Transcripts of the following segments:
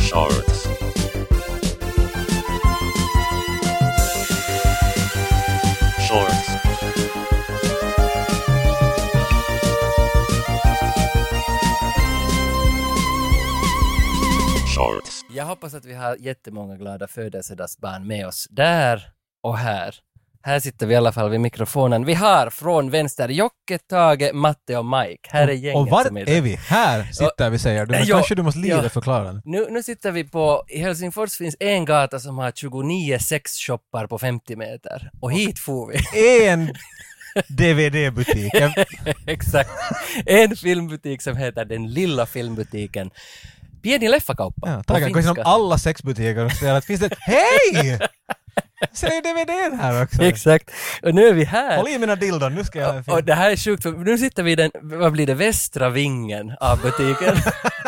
charts. Shorts. Shorts. Jag hoppas att vi har jättemånga glada födelsedagsbarn med oss där och här. Här sitter vi i alla fall vid mikrofonen. Vi har från vänster Jocke, Tage, Matte och Mike. Här är gänget Och var som idag. är vi? Här sitter vi säger du, men Ja, kanske du måste lite ja. förklara. det. Nu, nu sitter vi på, i Helsingfors finns en gata som har 29 sexshoppar på 50 meter. Och hit for vi. En DVD-butik. Jag- Exakt. En filmbutik som heter Den lilla filmbutiken. Pieni leffakauppa. Ja, på tackar. Gå igenom finska. alla sexbutiker och spela. Finns det... Hej! Säljer DVDn här också? Exakt. Och nu är vi här. Håll i mina dildon, nu ska jag... Och, och det här är sjukt, för nu sitter vi i den, vad blir det, västra vingen av butiken.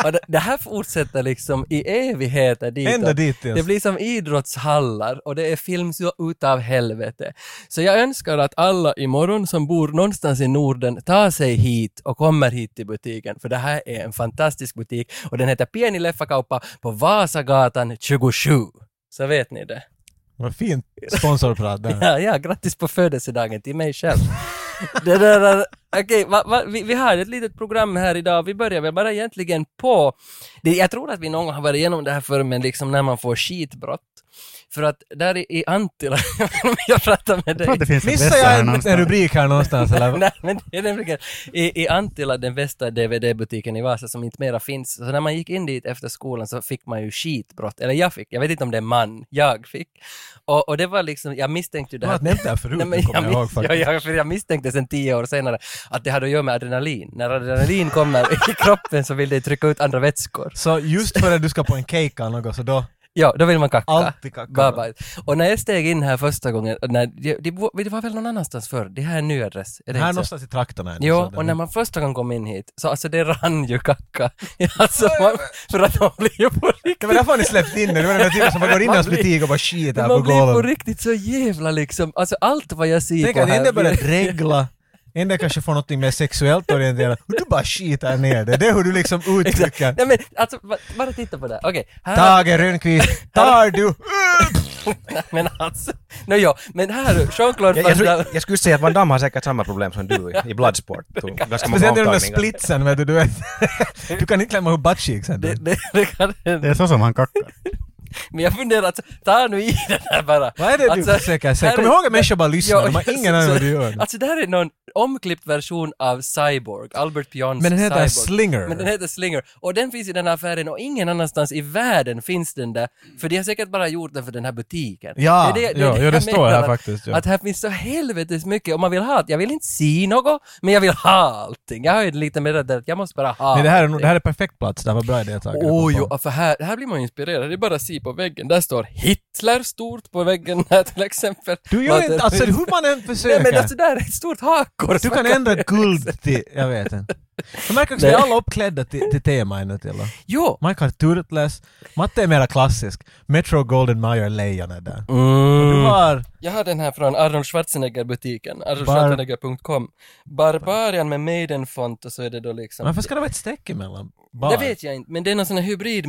och det, det här fortsätter liksom i evigheter dit. Ända dit, yes. Det blir som idrottshallar och det är film så utav helvete. Så jag önskar att alla imorgon som bor någonstans i Norden tar sig hit och kommer hit till butiken, för det här är en fantastisk butik och den heter Pieni Leffakauppa på Vasagatan 27. Så vet ni det. Vad fint sponsorprat där. Ja, ja, grattis på födelsedagen till mig själv. det där, okej, va, va, vi, vi har ett litet program här idag. Vi börjar väl bara egentligen på... Det, jag tror att vi någon gång har varit igenom det här förr, men liksom när man får skitbrott. För att där i, i Antila, jag pratar med dig. Jag tror att det finns ett Missar vässar här jag en, en någonstans. rubrik här någonstans eller? Nej, men det är nämligen i, i Antilla, den bästa DVD-butiken i Vasa som inte mera finns. Så när man gick in dit efter skolan så fick man ju skitbrott. Eller jag fick, jag vet inte om det är man, jag fick. Och, och det var liksom, jag misstänkte ju det Du har här. nämnt det här förut, Nej, men kommer jag jag, mis- ihåg jag, faktiskt. jag, för jag misstänkte sen tio år senare att det hade att göra med adrenalin. När adrenalin kommer i kroppen så vill det trycka ut andra vätskor. Så just före du ska på en cake eller något, så då... Ja, då vill man kacka. Alltid kacka. Bye-bye. Och när jag steg in här första gången, och när, det, det, var- det var väl någon annanstans förr, det här är en ny adress. Är det Här inte så? någonstans i trakterna. är det Jo, så. och när man första gången kom in hit, så alltså det rann ju kacka. Alltså, man, för att man blir ju på Det riktigt... var därför har ni släppt in det. Det var den där typen som bara går in i Man hans blir- butik och bara skiter här på Man blir på golvet. riktigt så jävla liksom, alltså allt vad jag ser Tänk på att en här... del börjar dregla, en del kanske får något mer sexuellt orienterat. Och du bara skiter ner det. Det är hur du liksom Exakt. uttrycker. Nej men alltså, ba- bara titta på det. här. Okej, här... Tage Rönnqvist, tar du... Nej, men alltså, no, ja, men här, Jean-Claude Jag, Van jag, tror, Damme. jag skulle säga att Van Damme har säkert samma problem som du i, i Bloodsport. Tog Ganska många Speciellt i den där omtagningar. splitsen, vet du. Du, vet. du kan inte glömma hur buttcheeksen Det, är. det, det kan Det hända. är så som han kackar. Men jag funderar, alltså, ta nu i den här bara. Vad är det du försöker säga? här Kom är- ihåg att människor bara lyssnar, de har ja, ingen så- aning så- vad du gör. Alltså det här är någon omklippt version av Cyborg, Albert Pyons Men den heter Cyborg. Slinger. Men den heter Slinger. Och den finns i den här affären och ingen annanstans i världen finns den där. För de har säkert bara gjort den för den här butiken. Ja, ja, ja, det jag står menar, här att- faktiskt, ja. Att här finns så helvetes mycket och man vill ha allt. Jag vill inte se något, men jag vill ha allting. Jag har ju lite mer det där att jag måste bara ha Nej, det här är, allting. nog- det här är perfekt plats, det var bra idé Tage. Oj, oh, för här, här blir man ju inspirerad. Det är bara att se på väggen. Där står Hitler stort på väggen här till exempel. Du Vad- gör inte, alltså hur man än Nej men försöker. alltså där är ett stort hakkors. Du kan ändra guld till, jag vet inte. Jag märker också att vi Nej. är alla uppklädda till, till tema ännu till. då. Jo! Mike har turtles, Matte är mera klassisk. Metro Golden Mayer Lejon är där. Du Mm. har... Jag har den här från Arnold Schwarzenegger-butiken, Bar- arnoldschwarzenegger.com. Barbarian med Maiden-font och så är det då liksom... Varför ska det vara ett streck emellan? Bar. Det vet jag inte, men det är någon sån här hybrid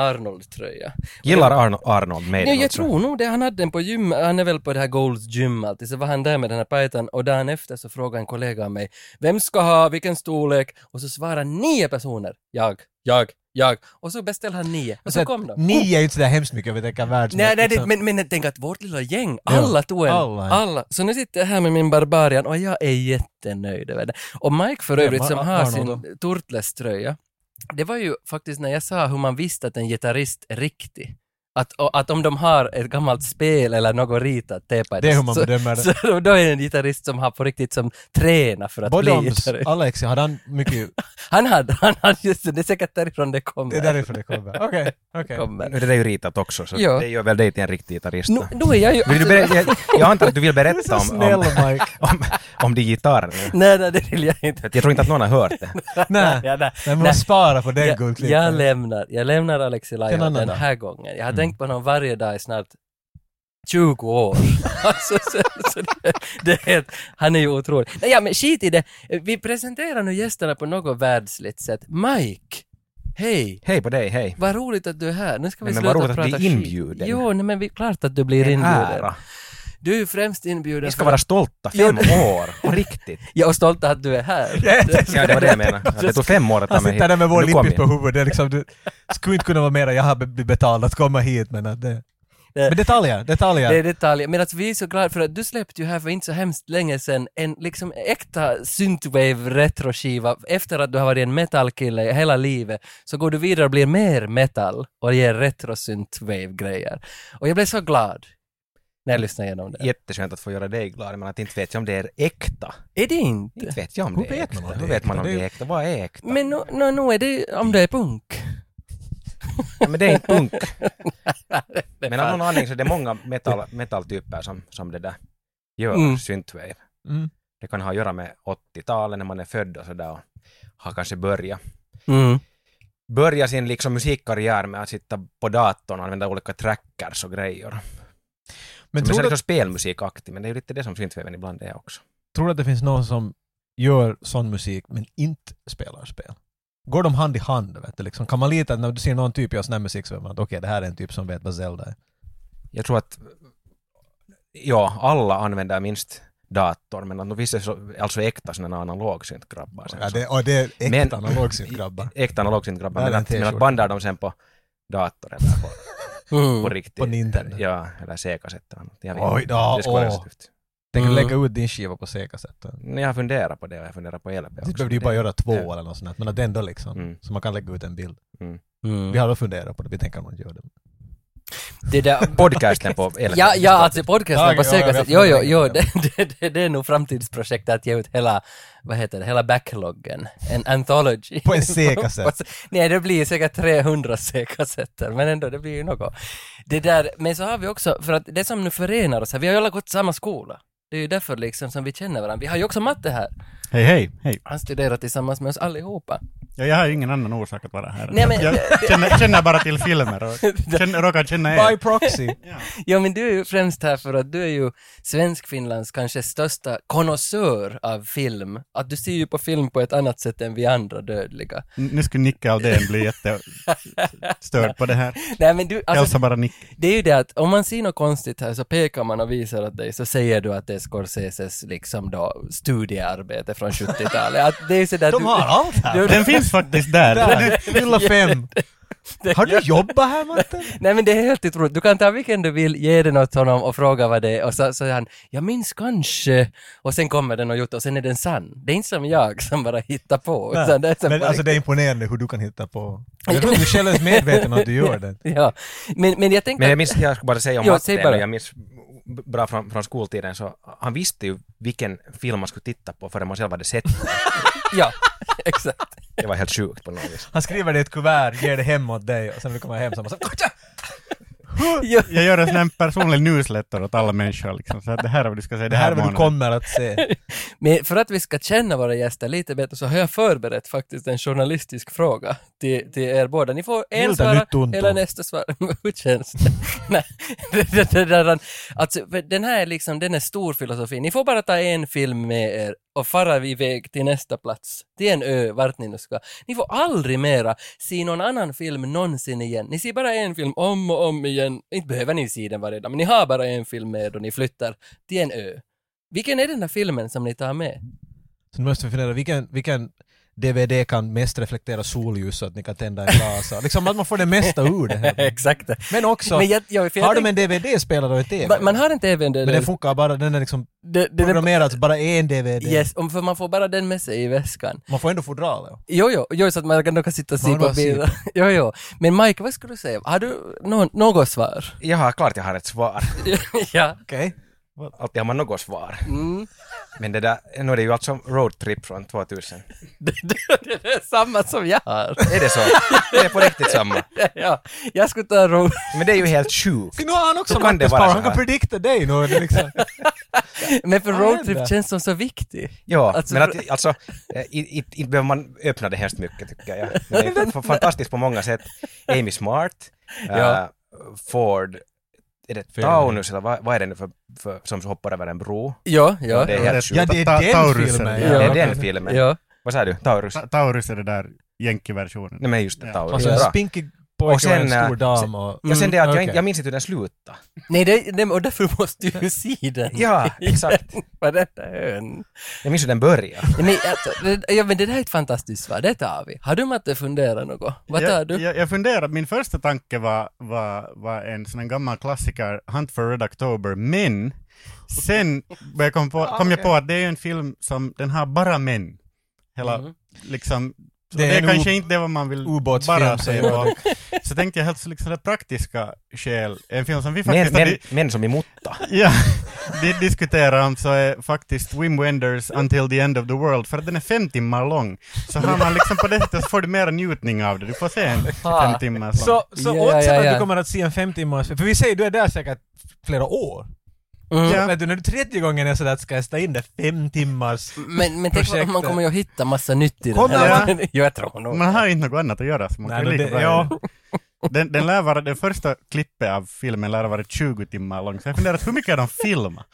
Maiden-Arnold-tröja. Gillar Arno, Arnold mig? Nej, jag tror nog det. Han hade den på gym, han är väl på det här Golds gym alltid, så var han där med den här pajtan och dagen efter så frågade en kollega av mig, vem ska ha vilken storlek? Och så svarade nio personer, jag, jag, jag. Och så beställde han nio, och så kom de. Nio är ju inte sådär hemskt mycket över tänka världsmästare. Nej, nej, det, liksom. men, men tänk att vårt lilla gäng, Ja, alla tog en. alla. Alla. Så nu sitter jag här med min Barbarian och jag är jättenöjd över det. Och Mike för Ja, övrigt Mar- som har Arnold sin Turtles-tröja, det var ju faktiskt när jag sa hur man visste att en gitarrist är riktig. Att, och, att om de har ett gammalt spel eller något ritat tepat, Det är hur man så, bedömer det. så då är det en gitarrist som har på riktigt som tränar för att Både bli om gitarrist. Alex, hade han mycket... Han hade, han hade just det, det är säkert därifrån det kommer. Det är däriför det kommer. Okej, okej. kommer. Det där är ju ritat också, så Ja. det gör väl dig till en riktig gitarrist. Nu, då. nu är jag ju... alltså- Vill du ber- jag, jag antar att du vill Du är berätta så om, snäll om, Mike. om, om din gitarr. Nej, nej, det vill jag inte. Jag tror inte att någon har hört det. Nej, Ja, nej. men Nej. man sparar på den jag, guldklippen. jag lämnar, jag lämnar Alexi Till en Lajon annan den dag. här gången. Jag har Mm. tänkt på honom varje dag i snart 20 år. alltså, så, så det, det är, han är ju otrolig. Nej, ja, men skit i det. Vi presenterar nu gästerna på något världsligt sätt. Mike, Hej! Hej på dig, hej. Vad roligt att du är här. Nu ska vi Nej, men sluta vad roligt att prata bli skit. inbjuden. Jo, nej, men vi, klart att du blir En inbjuden. ära. Du är ju främst inbjuden Vi ska för vara att stolta, fem år, på riktigt. jag är stolt att du är här. Ja, det var det jag menade. Att Det tog fem år att ta Han mig hit. sitter Alltså, där med vår Nu kom lippis på jag. huvudet. Det är liksom, du skulle inte kunna vara mera, jag har blivit betald att komma hit. Men, att det, men detaljer, detaljer. Det är detaljer. Men att vi är så glada för att du släppte ju här för inte så hemskt länge sedan en liksom äkta synthwave retroskiva. Efter att du har varit en metalkille hela livet så går du vidare och blir mer metal och ger retro synthwave grejer. Och jag blev så glad när jag lyssnade igenom det. Jätteskönt att få göra dig glad, men att inte vet jag om det är äkta. Är det inte? Inte vet jag om Hur det är vet man äkta. om det Hur är vet man äkta? om Det det är- är äkta? Vad är äkta? Men nu no, är det om det är punk. Ja, men det är inte punk. Det är Men fan- av någon anledning så är det många metal, metaltyper som, som det där gör Mm. synthwave. Mm. Det kan ha att göra med 80-talet när man är född och sådär och har kanske börjat Mm. börja sin liksom musikkarriär med att sitta på datorn och använda olika trackers och grejer. Men Men tror sen du, liksom spelmusikaktig, men det är ju lite det som synthwaven ibland är också. tror du att det finns någon som gör sån musik men inte spelar spel? Går de hand i hand? Vet du, liksom? Kan man lita när du ser någon typ göra sån här musik så vet man att okej, det här är en typ som vet vad Zelda är. Jag tror att, ja, alla använder minst dator, men att nu finns det så, alltså äkta sådana analogsyntgrabbar. sen Ja, som- det, och det är äkta Men- analogsyntgrabbar. Äkta analogsyntgrabbar, Där men, är att- en men att t-shirt. bandar de sen på dator eller på, på Mm. riktigt. På Nintendo. Ja, eller Sega-sättet. Jag vet Oj inte. då, Det skulle vara åh. häftigt. Tänker du Mm. lägga ut din skiva på Sega-sätt? Men Jag har funderat på det och jag funderar på LP också. Du behöver ju bara göra två Ja. eller något sånt, här, men att ändå liksom. Mm. Så man kan lägga ut en bild. Mm. Vi har då funderat på det, vi tänker att man gör det. Det där, Podcasten på LP. Ja, ja, alltså podcasten Ja, på ja, ja, Sega. vi har jo, jo, förlängt jo, det, den. det, det, det är nog framtidsprojektet att ge ut hela, vad heter det, hela backloggen. En anthology. På en Sega-set. Nej, det blir säkert 300 Sega-setter, men ändå, det blir ju något. Det där, men så har vi också, för att det som nu förenar oss här, vi har ju alla gått samma skola. Det är ju därför liksom som vi känner varandra. Vi har ju också Matte här. Hej, hej, hej. Han studerar tillsammans med oss allihopa. Ja, jag har ju ingen annan orsak att vara här. Nej, men- jag känner, känner bara till filmer och känner, råkar känna By er. proxy. Ja, men du är ju främst här för att du är ju svensk-finlands kanske största konnässör av film. Att du ser ju på film på ett annat sätt än vi andra dödliga. N- Nu skulle Nicke Aldén bli jättestörd på det här. Nej, men du, alltså, Hälsa bara Nicke. det är ju det att om man ser något konstigt här så pekar man och visar åt dig, så säger du att det är Scorseses liksom då studiearbete från 70-talet. Att det är så där De du- har allt här. Du- Den finns faktiskt där. Där, fylla fem. Har du jobbat här Matte? Nej men det är helt otroligt. Du kan ta vilken du vill, ge den åt honom och fråga vad det är och så säger han ”jag minns kanske” och sen kommer den och gjort och sen är den sann. Det är inte som jag som bara hittar på. utan det är som Men på alltså det är imponerande hur du kan hitta på... Jag tror att du själv är medveten om att du gör det. riktigt. Ja. Men, men jag tänkte... Men jag minns, jag ska bara säga om Jo, Matte, säg bara. men jag minns bra från, från skoltiden, så han visste ju vilken film man skulle titta på förrän man själv hade sett den. Ja, exakt. Det var helt sjukt på något vis. Han skriver det i ett kuvert, ger det hem åt dig och sen när du kommer hem så är man så här, Jo, Jag gör en sån här personlig newsletter åt alla människor. Liksom, så att det här är vad du ska säga Det här är vad du månaden. kommer att se. men för att vi ska känna våra gäster lite bättre så har jag förberett faktiskt en journalistisk fråga till, till er båda. Ni får en Vilda svara nytt ont eller om. nästa svara. Hur känns det? Nej, det, det, det där, alltså, för den här är liksom, den är stor filosofi. Ni får bara ta en film med er och fara iväg till nästa plats, till en ö, vart ni nu ska. Ni får aldrig mera se någon annan film någonsin igen. Ni ser bara en film om och om igen. Inte behöver ni se den varje dag, men ni har bara en film med er då ni flyttar till en ö. Vilken är den där filmen som ni tar med? Så nu måste vi fundera, vilken, vilken DVD kan mest reflektera solljus så att ni kan tända en brasa? Liksom att man får det mesta ur det här. Exakt. Men också, Men jag, jag, för jag har de tänkte- en DVD-spelare och ett TV? man, man har inte även det. Men den funkar bara, den är liksom det, det, det, programmerad så bara en DVD. yes, om- för man får bara den med sig i väskan. Man får ändå fodralet. Jo, jo, jo så att man kan, då kan sitta och se Man på bara ser. bilder. Jo, jo. Men Mike, vad skulle du säga? Har du nå- något svar? Jag har klart jag har ett svar. ja. Okej. Alltid har man något svar. Mm. Men det där, nu är det ju alltså roadtrip från 2000. Det, det, det är samma som jag har. Är det så? Det är på riktigt samma. ja, jag skulle ta ro. Men det är ju helt sjukt. Nu har han också Då kan det Mattes vara power, så han kan här. predikta dig nu. är det Liksom. Men för Vad roadtrip händer? känns som så viktig. Ja, Alltså, men att, alltså, eh, i- i- inte behöver man öppna det hemskt mycket tycker jag. Det är f- fantastiskt på många sätt. Amy Smart, eh, Ja. Ford, är det Fairlane. Taunus eller vad, vad är det nu för, för, som hoppar över en bro? Ja, ja. Det är helt sjukt. Ja, det är Ta- den Taurus filmen, är Det ja. är okej. den filmen. ja. Vad sa du? Taurus? Ta- Taurus är det där jänkkiversionen. Nej men just det, Ja. Tauri. Alltså en Bra. spinkig pojke och, eh, Och en sen, stor äh, dam och... Ja sen det att jag, okej. jag minns inte hur den slutade. Nej, det, det, och därför måste du ju se den. Ja, exakt. Varenda ön. Jag minns hur den började. Ja, men, alltså, det, ja, men det där är ett fantastiskt svar, det tar vi. Har du Matte funderat något? Vad tar jag, du? jag, jag funderar, min första tanke var, var, var en sån här gammal klassiker, Hunt for Red October, men sen började jag kom, på, kom jag på att det är ju en film som, den har bara män. Hela, Mhm. liksom, Det det är är, det en är kanske u- inte det vad man vill ubåtsfilm, bara säger se jag. på. Så tänkte jag helt så liksom, det praktiska skäl, en film som vi Men, faktiskt har men, di- men som i mutta. ja, vi diskuterar om så är faktiskt Wim Wenders Until the End of the World, för att den är fem timmar lång. Så har man liksom på det sättet så får du mera njutning av det. Du får se en fem timmar lång. Ah. Så, så Ja, oddsen ja, att ja. du kommer att se en fem timmars... För vi säger du är där säkert flera år. Mm. Ja. Vet du, när du tredje gången är sådär att ska jag ställa in det fem timmars... Men, men tänk vad- man kommer ju att hitta massa nytt i den Kommer här. Ja. jag tror nog. Man har inte något annat att göra, så man Nej, kan no, ju det- lika bra ja. göra det. den, den lär vara, den första klippet av filmen lär ha varit 20 timmar lång, så jag funderar hur mycket har de filmat?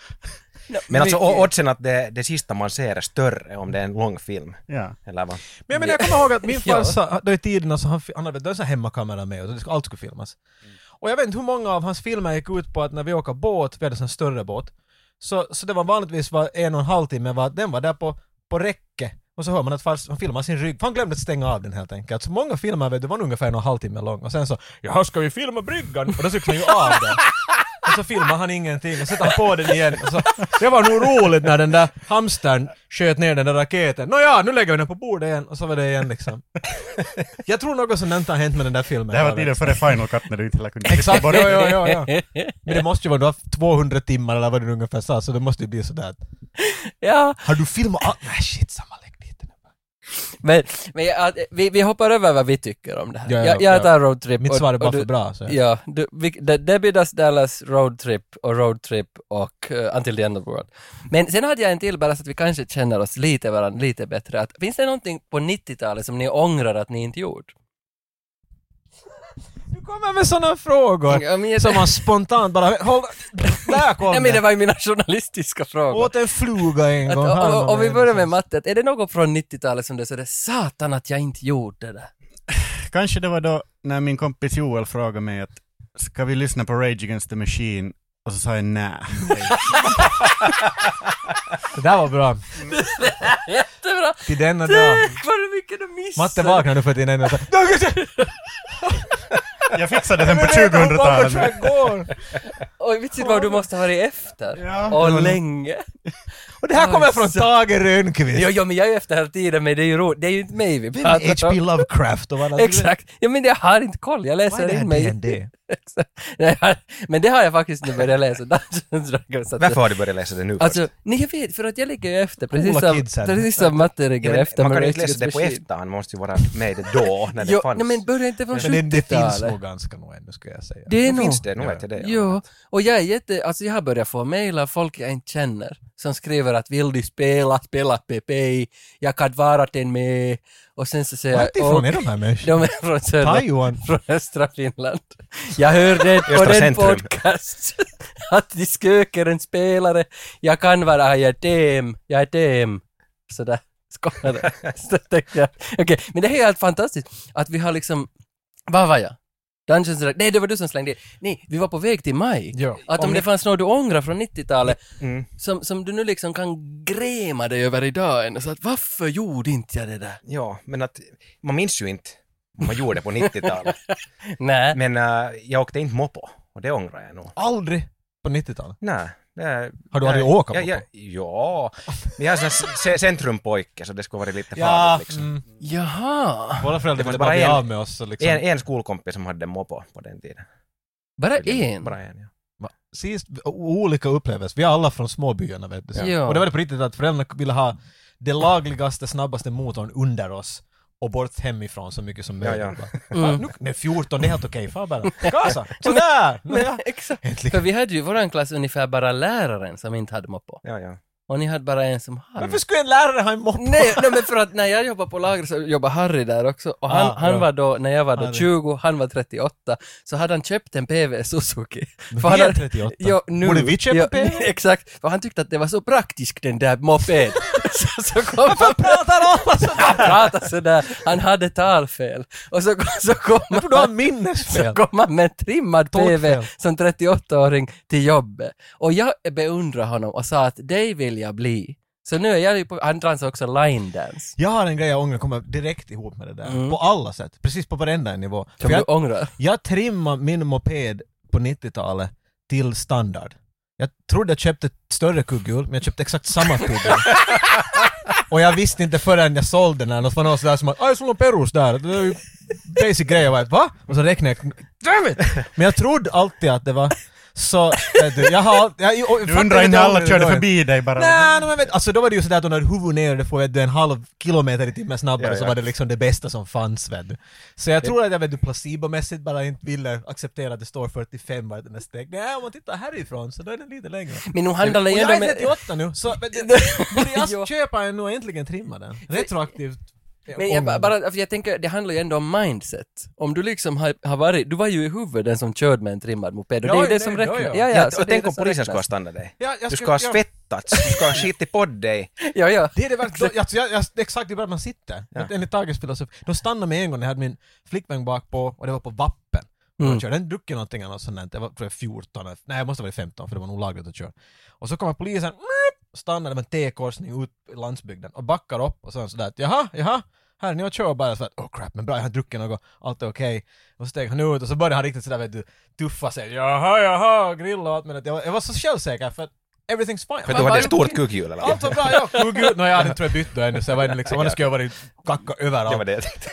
Men alltså Mycket. o- oddsen att det, det sista man ser är större om det är en lång film. Ja. Eller vad? Men jag, menar, jag kommer ihåg att min Ja. farsa, då i tiden, alltså, han, fi- han hade då en sån här hemmakamera med och det skulle- allt skulle filmas. Och jag vet inte hur många av hans filmer gick ut på att när vi åker båt, vi hade en sån större båt, så, så det var vanligtvis var en och en halv timme, var, den var där på, på räcke. Och så hör man att fars, han filmar sin rygg, för han glömde att stänga av den helt enkelt. Så många filmer vet du, var nog ungefär en och en halv timme lång. Och sen så, jaha ska vi filma bryggan? Och då tryckte han ju av den. Och så filmar han ingenting och sätter han på den igen. Och så, det var nog roligt när den där hamstern sköt ner den där raketen. Nåja, nu lägger vi den på bordet igen. Och så var det igen liksom. Jag tror något sånt har hänt med den där filmen. Det här var tiden före Final Cut när du inte heller kunde klippa Exakt, bort. ja, ja, ja, ja. Men det måste ju vara, du har haft 200 timmar eller vad du ungefär sa, så det måste ju bli sådär att, Ja, har du filmat allt? Nej shit, samma lägg dit den. men, men jag, vi, vi hoppar över vad vi tycker om det här. Ja, ja, jag, jag ja. tar roadtrip. Mitt och- svar är bara och du- för bra. Så. Ja, du, vi, De- Debbie Does Dallas Roadtrip och Roadtrip och uh, Until the End of the World. Men sen hade jag en till bara så att vi kanske känner oss lite varandra lite bättre. Att, finns det någonting på 90-talet som ni ångrar att ni inte gjort? Du kommer med sådana frågor Ja, men jag- som man spontant bara, håll, där kom Nej men det det. var ju mina journalistiska frågor. Åt en fluga en Att, gång. och, här och, och vi var börjar med det. matte, att är det något från 90-talet som det är sådär satan att jag inte gjorde det där? Kanske det var då när min kompis Joel frågade mig att ska vi lyssna på Rage Against the Machine? Och så sa jag nä. Det där var bra. Jättebra! Till denna dag. Vad det mycket du missade! Matte vaknar nu för din ena Jag fixade den på 2000-talet. Oj, vet du vad du måste ha varit efter? Ja. Och länge. Och det här kommer från Alltså. Tage Rönnqvist. Jo, jo, men jag är ju efter hela tiden, men det är ju roligt. Det är ju inte mig vi Alltså, pratar H.P. om. Lovecraft och vad Exakt. Ja, men jag har inte koll. Jag Vad är läser det in här mig. D&D? Exakt. Nej, jag- men det har jag faktiskt nu börjat läsa. Dungeons Dragons. så att- Varför har du börjat läsa det nu Alltså, först? nej jag vet, för att jag ligger ju efter. Precis Coola som, kidsen. precis som Matte Ja, ligger men efter. man med kan ju inte läsa Rage det Against på the Machine. efterhand, man måste ju vara med det då, när det Jo, fanns. nej men börja inte från Men det, det finns 70-talet. nog ganska nog ändå skulle jag säga. Det är Nu nog... finns det, nu vet jag det. Jo, och jag är jätte, alltså jag har börjat få mejl av folk jag inte känner som skriver att vill du spela, spela PPI, jag kan vara den med och sen så säger Vart jag ifrån "Okej." är de här människorna? De är från södra, Taiwan? från östra Finland. Jag hörde på Östra den centrum. podcast att de söker en spelare, jag kan vara, "Ah, jag är DM, jag är DM. Sådär, skojade. Så tänkte jag, Okej, men det här är helt fantastiskt att vi har liksom, vad var jag? Dungeons and Dragons, nej det var du som slängde in. Nej, vi var på väg till maj. Ja. Att om, Om det ni- fanns något du ångrar från 90-talet Mm. som, som du nu liksom kan gräma dig över idag än, så att varför gjorde inte jag det där? Ja, men att man minns ju inte vad man gjorde på 90-talet. Nej. Men äh, jag åkte inte moppo och det ångrar jag nog. Aldrig på 90-talet. Nej. det är- Har du nej, aldrig åkt jag, jag, moppo? Ja, men jag är en sån här ce- centrumpojke så det skulle vara lite farligt liksom. mm. Jaha. Våra föräldrar Det var ville bara bara bli en- av med oss. så Liksom. En, en skolkompis som hade en moppo på den tiden. Bara en? Bara en, ja. Sist, o- olika upplevelser. Vi är alla från småbyarna vet du. Ja. Och det var det på riktigt att föräldrarna ville ha det lagligaste, snabbaste motorn under oss och bort hemifrån så mycket som Ja, möjligt. ja. Bara, Mm. "Fan, Nu, nu är 14, det är helt okej. Fan bara. Gasa! Sådär! Nåja. Men, exakt. Äntligen. För vi hade ju i våran klass ungefär bara läraren som inte hade moppo. ja, ja. Och ni hade bara en som hade. Varför skulle en lärare ha en moppe? Nej, nej, men för att när jag jobbade på lagret så jobbade Harry där också. Och han, Ah, han ja. var då, när jag var då Harry. 20, han var 38, så hade han köpt en PV Suzuki. Men För vi han är hade- 38. Jo, nu. Borde vi köpa Jo, PV? Exakt, för han tyckte att det var så praktisk den där moped. så, så kom Varför pratar alla sådär? prata sådär, han hade talfel. Och så, så kom Jag tror du har minnesfel. så kom han med en trimmad Tolkfel. PV som 38-åring till jobbet. Och jag beundrar honom och sa att dig vill jag bli. Så nu är jag ju på, han dansar också line dance. Jag har en grej jag ångrar kommer direkt ihop med det där. Mm. På alla sätt. Precis på varenda nivå. För Som du jag, ångrar. jag trimmade min moped på 90-talet till standard. Jag trodde jag köpte ett större kugghjul, men jag köpte exakt samma kugghjul. Och jag visste inte förrän jag sålde den här, och så var någon sådär som att "Aj, jag såg någon Perus där, det är ju basic grej. Jag bara, va? Och så räknade jag, damn it! Men jag trodde alltid att det var så... äh, du, Jag har... all- Jag, jag, Du undrar inte alla körde förbi dig bara. Nej, nej, men vet, alltså då var det ju sådär att hon hade huvudet ner och det får vet du, en halv kilometer i timmen snabbare Ja, så ja. var det liksom det bästa som fanns vet du. Så jag tror att jag vet du placebomässigt bara inte ville acceptera att det står 45 vartenda steg. Nej, om man tittar härifrån så då är den lite längre. Men nu handlar det Och ju jag ändå är med... 38 nu, så vet du, borde Jo. jag köpa en och äntligen trimma den? Retroaktivt. Men jag, ångrar. bara, bara- för jag tänker, det handlar ju ändå om mindset. Om du liksom har, har varit, du var ju i huvudet den som körde med en trimmad moped och det Ja, är ju det nej, som ja, räknas. ja. Ja, ja, Ja, så och det är tänk det om som polisen räknas. skulle ha stannat dig. Ja, jag Du ska- ska ha jag- svettats, du ska ha skitit på dig. Ja, ja. Det är det verkligen. Då- Alltså, jag, jag, det är exakt det är bara man sitter. Ja. Enligt Tages filosofi. De stannade mig en gång när jag hade min flickvän bak på och det var på vappen. Och Mm. Jag körde en druckit någonting annat sånt där. Jag var tror jag 14, eller- nej jag måste ha varit 15 för det var nog lagligt att köra. Och så kommer polisen, stannade med en T-korsning ut i landsbygden och backar upp och sen sådär att jaha, jaha, här är ni och kör bara så att oh crap men bra jag har druckit något, allt är okej. Och så steg han ut och så började han riktigt sådär vet du, tuffa sig, jaha, jaha, grilla och allt men att jag, var- jag var så självsäker för att everything's fine. För du hade ett stort kugghjul eller? Allt var bra, ja. Kugghjul. Nå, jag hade inte tror jag bytt då ännu, så jag var inne liksom, annars skulle jag varit kacka Det var överallt. det jag tänkte.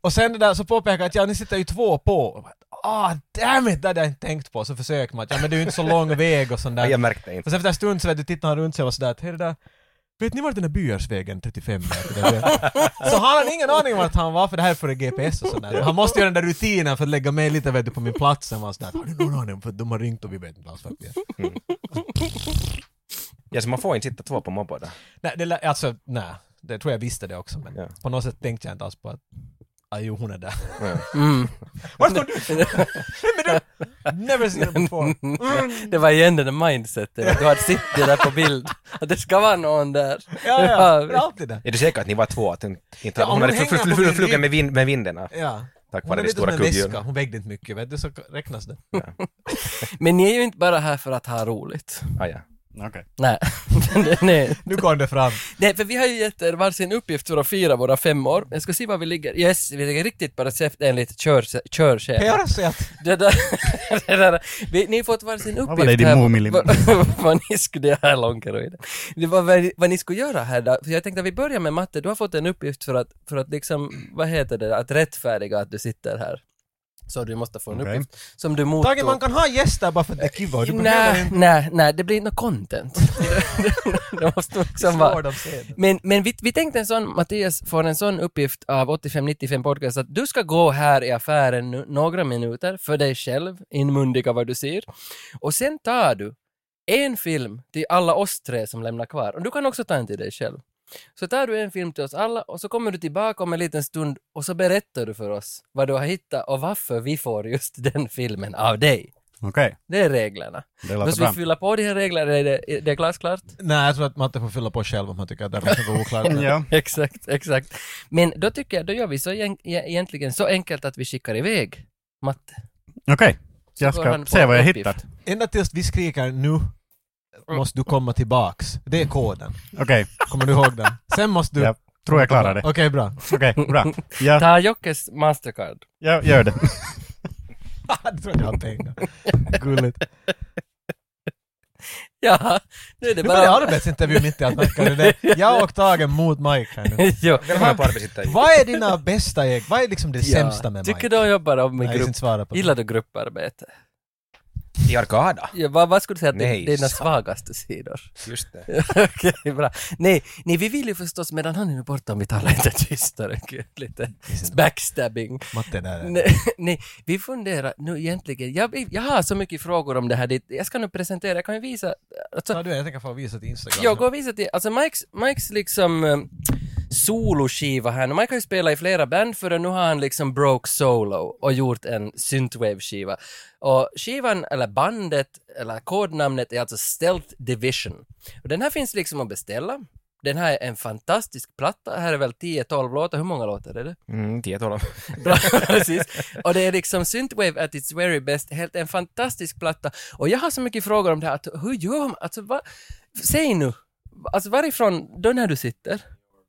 Och sen det där så påpekade jag att ja, ni sitter ju två på. Och jag bara, Ah, damn it, det hade jag inte tänkt på. Så försöker man att ja, men det är ju inte så lång väg och sånt Nej, där. Jag märkte inte. Och sen efter en stund så vet du, tittar han runt sig och var sådär att hej det där, vet ni vart den där Byarsvägen 35 är? Det där- så han hade ingen aning om vart han var, för det här är före GPS och sådär. Och Han måste göra den där rutinen för att lägga mig lite vet du, på min plats. Sen var han sådär, har du någon aning? om- För de har ringt och vi vet inte alls vart vi är. Ja, så man får inte sitta två på mopedar. Nej, det, lä- alltså, nej. Det tror jag visste det också, men Ja. på något sätt tänkte jag inte alls på att Aj, jo, hon är där. Mm. Var står du? Vem är du? Never seen her before. Det var igen den där mindseten, att du hade sett det där på bild. Att det ska vara någon där. Ja, ja, det är alltid det. Är du säker att ni var två? Att inte, inte, Ja, hon men hade hänger på min fl- fl- flugit rygg. med, vin, med vinderna Ja. tack Hon vare är det lite som stora en väska, kugghjulet. hon vägde inte mycket, vet du, så räknas det. Men ni är ju inte bara här för att ha roligt. Ah, ja. Okej. Nej. Nej. Nu kom det fram. Nej, för vi har ju gett er varsin uppgift för att fira våra fem år. Jag ska se var vi ligger. Yes, vi ligger riktigt på recept enligt körse- körschema. Jag har sett. Det där, det där, vi, ni har fått varsin uppgift Vad var det, din här. mumilimo? Vad- vad ni skulle det här långkeroiden. Det var vad, vad ni skulle göra här då. För jag tänkte att vi börjar med Matte, du har fått en uppgift för att, för att liksom, vad heter det, att rättfärdiga att du sitter här. Så du måste få en Okej. uppgift som du mottog. Tage, man kan ha gäster bara för att det är kiva. Du behöver Nej, inte nej, nej, det blir inte något content. det måste liksom vara... slå dem sen. Men, men vi, vi tänkte en sån, Mattias får en sån uppgift av 8595 Podcast att du ska gå här i affären nu, några minuter för dig själv, inmundiga vad du ser. Och sen tar du en film till alla oss tre som lämnar kvar. Och du kan också ta en till dig själv. Så tar du en film till oss alla och så kommer du tillbaka om en liten stund och så berättar du för oss vad du har hittat och varför vi får just den filmen av dig. Okej, Det är reglerna. det Måste låter Alltså, vi bra. fylla på de här reglerna? Är det, är det glasklart? Nej, jag tror att Matte får fylla på själv om han tycker att det är något oklart. Men- Ja. Exakt, exakt. Men då tycker jag, då gör vi så egent- e- egentligen så enkelt att vi skickar iväg Matte. Okej, Så jag går ska han på se vad jag uppgift. hittar. Ända tills vi skriker nu måste du komma tillbaks. Det är koden. Okej, Kommer du ihåg den? Sen måste du... jag tror jag klarar det. Okej, bra. Okej, bra. Jag, Ta Jockes Mastercard. jag gör det. du tror jag har pengar. Gulligt. Ja, nu är det Nu börjar bara... arbetsintervju mitt i allt, märker du det? Jag och Tage mot Mike här nu. jo. Vem var på arbetsgittare? Vad är dina bästa egenskaper? Vad är liksom det sämsta med Mike? Tycker du jag jobbar om Nej, med jag ska grupp? inte svara på Gillar du grupparbete? I Arkada. Ja, vad, vad skulle du säga att Nej, din- dina sa- svagaste sidor? Just det. Okej, bra. Nej, nej, vi vill ju förstås, medan han är nu borta, om vi talar lite tystare, gud, lite backstabbing. det. Matte där. Nej. Nej, nej, vi funderar nu egentligen. Jag, jag har så mycket frågor om det här. Det- Jag ska nu presentera, jag kan ju visa. Alltså, du, jag tänker få visa till Instagram. jag går och visar till, alltså Mikes, Mikes liksom eh, soloskiva här nu. Mike har ju spelat i flera band förr och nu har han liksom broke solo och gjort en synthwave-skiva. Och skivan, eller bandet, eller kodnamnet är alltså Stealth Division. Och den här finns liksom att beställa. Den här är en fantastisk platta. Här är väl 10-12 låtar. Hur många låtar är det? Mm, 10-12. Bra, precis. Och det är liksom Synthwave at its very best. Helt en fantastisk platta. Och jag har så mycket frågor om det här. Att hur gör man? Alltså, va? Säg nu. Alltså varifrån, då när du sitter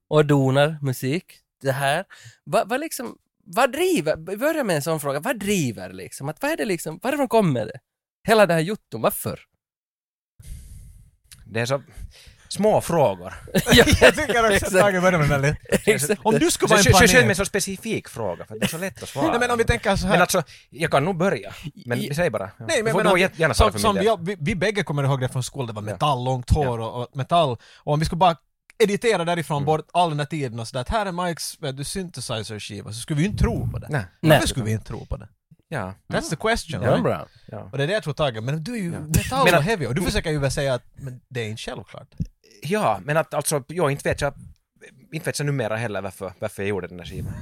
och donar musik, det här. Vad va liksom, vad driver? Börja med en sån fråga. Vad driver liksom? Att vad är det liksom? Varifrån kommer det? Hela det här jotton, varför? Det är så små frågor. Ja, Jag tycker också att exakt. Tage börjar med den lite. Exakt. Om du Så skulle vara en kö- kö- kör med en planet... så specifik fråga, för det är så lätt att svara. Nej men om vi tänker så Men här. alltså, jag kan nog börja. Men I- säg bara. Ja. Nej, Du men, får- men du får att- gärna svara som, för som min del. jag, vi, vi bägge kommer ihåg det från skolan, det var metall, långt hår och, och metall. Och om vi skulle bara editera därifrån Mm. bort all den här tiden och sådär, att här är Mikes vet du, synthesizer-skiva, så skulle vi ju inte tro på det. Nej. Varför skulle vi inte tro på det? Ja. That's the question. Ja, right? bra. ja. Och det är det jag tror Tage, men du är ju Ja. metall Men och att- heavy och du försöker ju väl säga att men det är inte självklart. Ja, men att alltså, jag inte vet jag inte vet jag numera heller varför, varför jag gjorde den här skivan.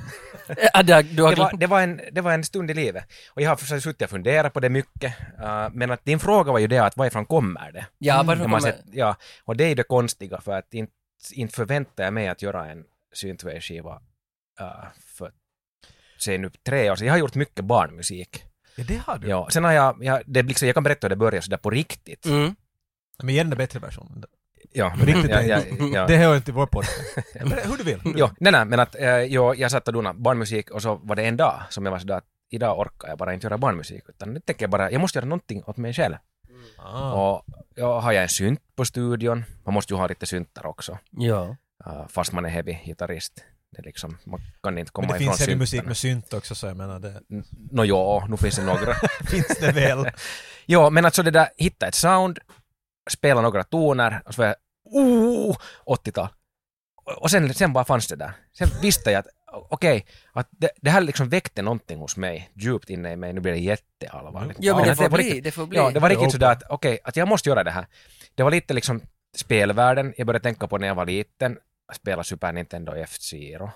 Ja, det har- du har Det var, glömt. det, var en, det var en stund i livet. Och jag har försökt suttit och fundera på det mycket. eh, men att din fråga var ju det att varifrån kommer det? Ja, varför När man kommer... sett- ja, och det är ju det konstiga för att inte, inte förväntar jag mig att göra en synthwave-skiva eh, för, säg nu tre år sedan. Jag har gjort mycket barnmusik. Ja, det har du. Ja, sen har jag, jag, det, blir liksom, jag kan berätta hur det började sådär på riktigt. Mm. Men ge den där bättre versionen. Ja, Riktigt ja, ja, ja. Det hör inte till vår podd. Men Hur du vill. hur du vill. Jo, nej, nej, men att eh, jo, jag satt och donade barnmusik och så var det en dag som jag var sådär att idag orkar jag bara inte göra barnmusik utan nu tänker jag bara, jag måste göra någonting åt mig själv. Ah. Och ja, har jag en synt på studion, man måste ju ha lite syntar också, Ja. eh, fast man är heavy gitarrist. Det är liksom, man kan inte komma Men det ifrån finns heavy musik syntarna. med synt också, så jag menar det N- no Nå jo, nu finns det några. finns det väl. jo, men alltså det där, hitta ett sound, spela några toner och så var jag, oh, 80-tal. Och sen, sen bara fanns det där. Sen visste jag att okej, att det, det här liksom väckte någonting hos mig, djupt inne i mig. Nu blir det jätteallvarligt. Mm. ja, men Ja, det får var bli. riktigt- Det får bli. Ja, det var riktigt Europa. sådär att okej, att jag måste göra det här. Det var lite liksom spelvärlden, jag började tänka på när jag var liten, spela Super Nintendo F-Zero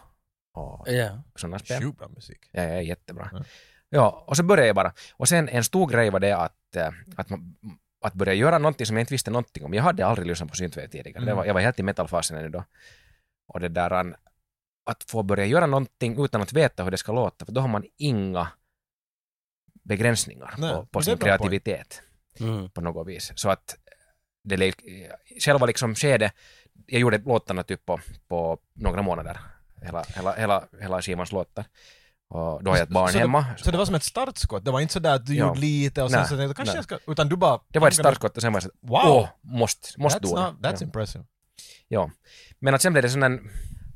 och Ja. sådana spel. Sjukt bra musik. Ja, ja, jättebra. Mm. Ja, och så började jag bara. Och sen en stor grej var det att, eh, att, man, att börja göra någonting som jag inte visste någonting om. Jag hade aldrig lyssnat på synthwave tidigare. Mm. Det var, jag var helt i metalfasen ännu då. Och det där an- att få börja göra någonting utan att veta hur det ska låta, för då har man inga begränsningar Nej, på, men på det är sin bra poäng. kreativitet Mm. på något vis. Så att det le- själva liksom skedet, jag gjorde låtarna typ på, på några månader, hela, hela, hela, hela skivans låtar. Och då har jag ett barn Så det- hemma. Så det var som ett startskott, det var inte sådär att du Ja. gjorde lite och sen Nej, så tänkte du, kanske nej. jag ska, utan du bara... det var ett startskott och sen var jag så Wow! att, åh, måste, måste That's, dona. not, that's Ja. impressive. Men att sen blev det sån en,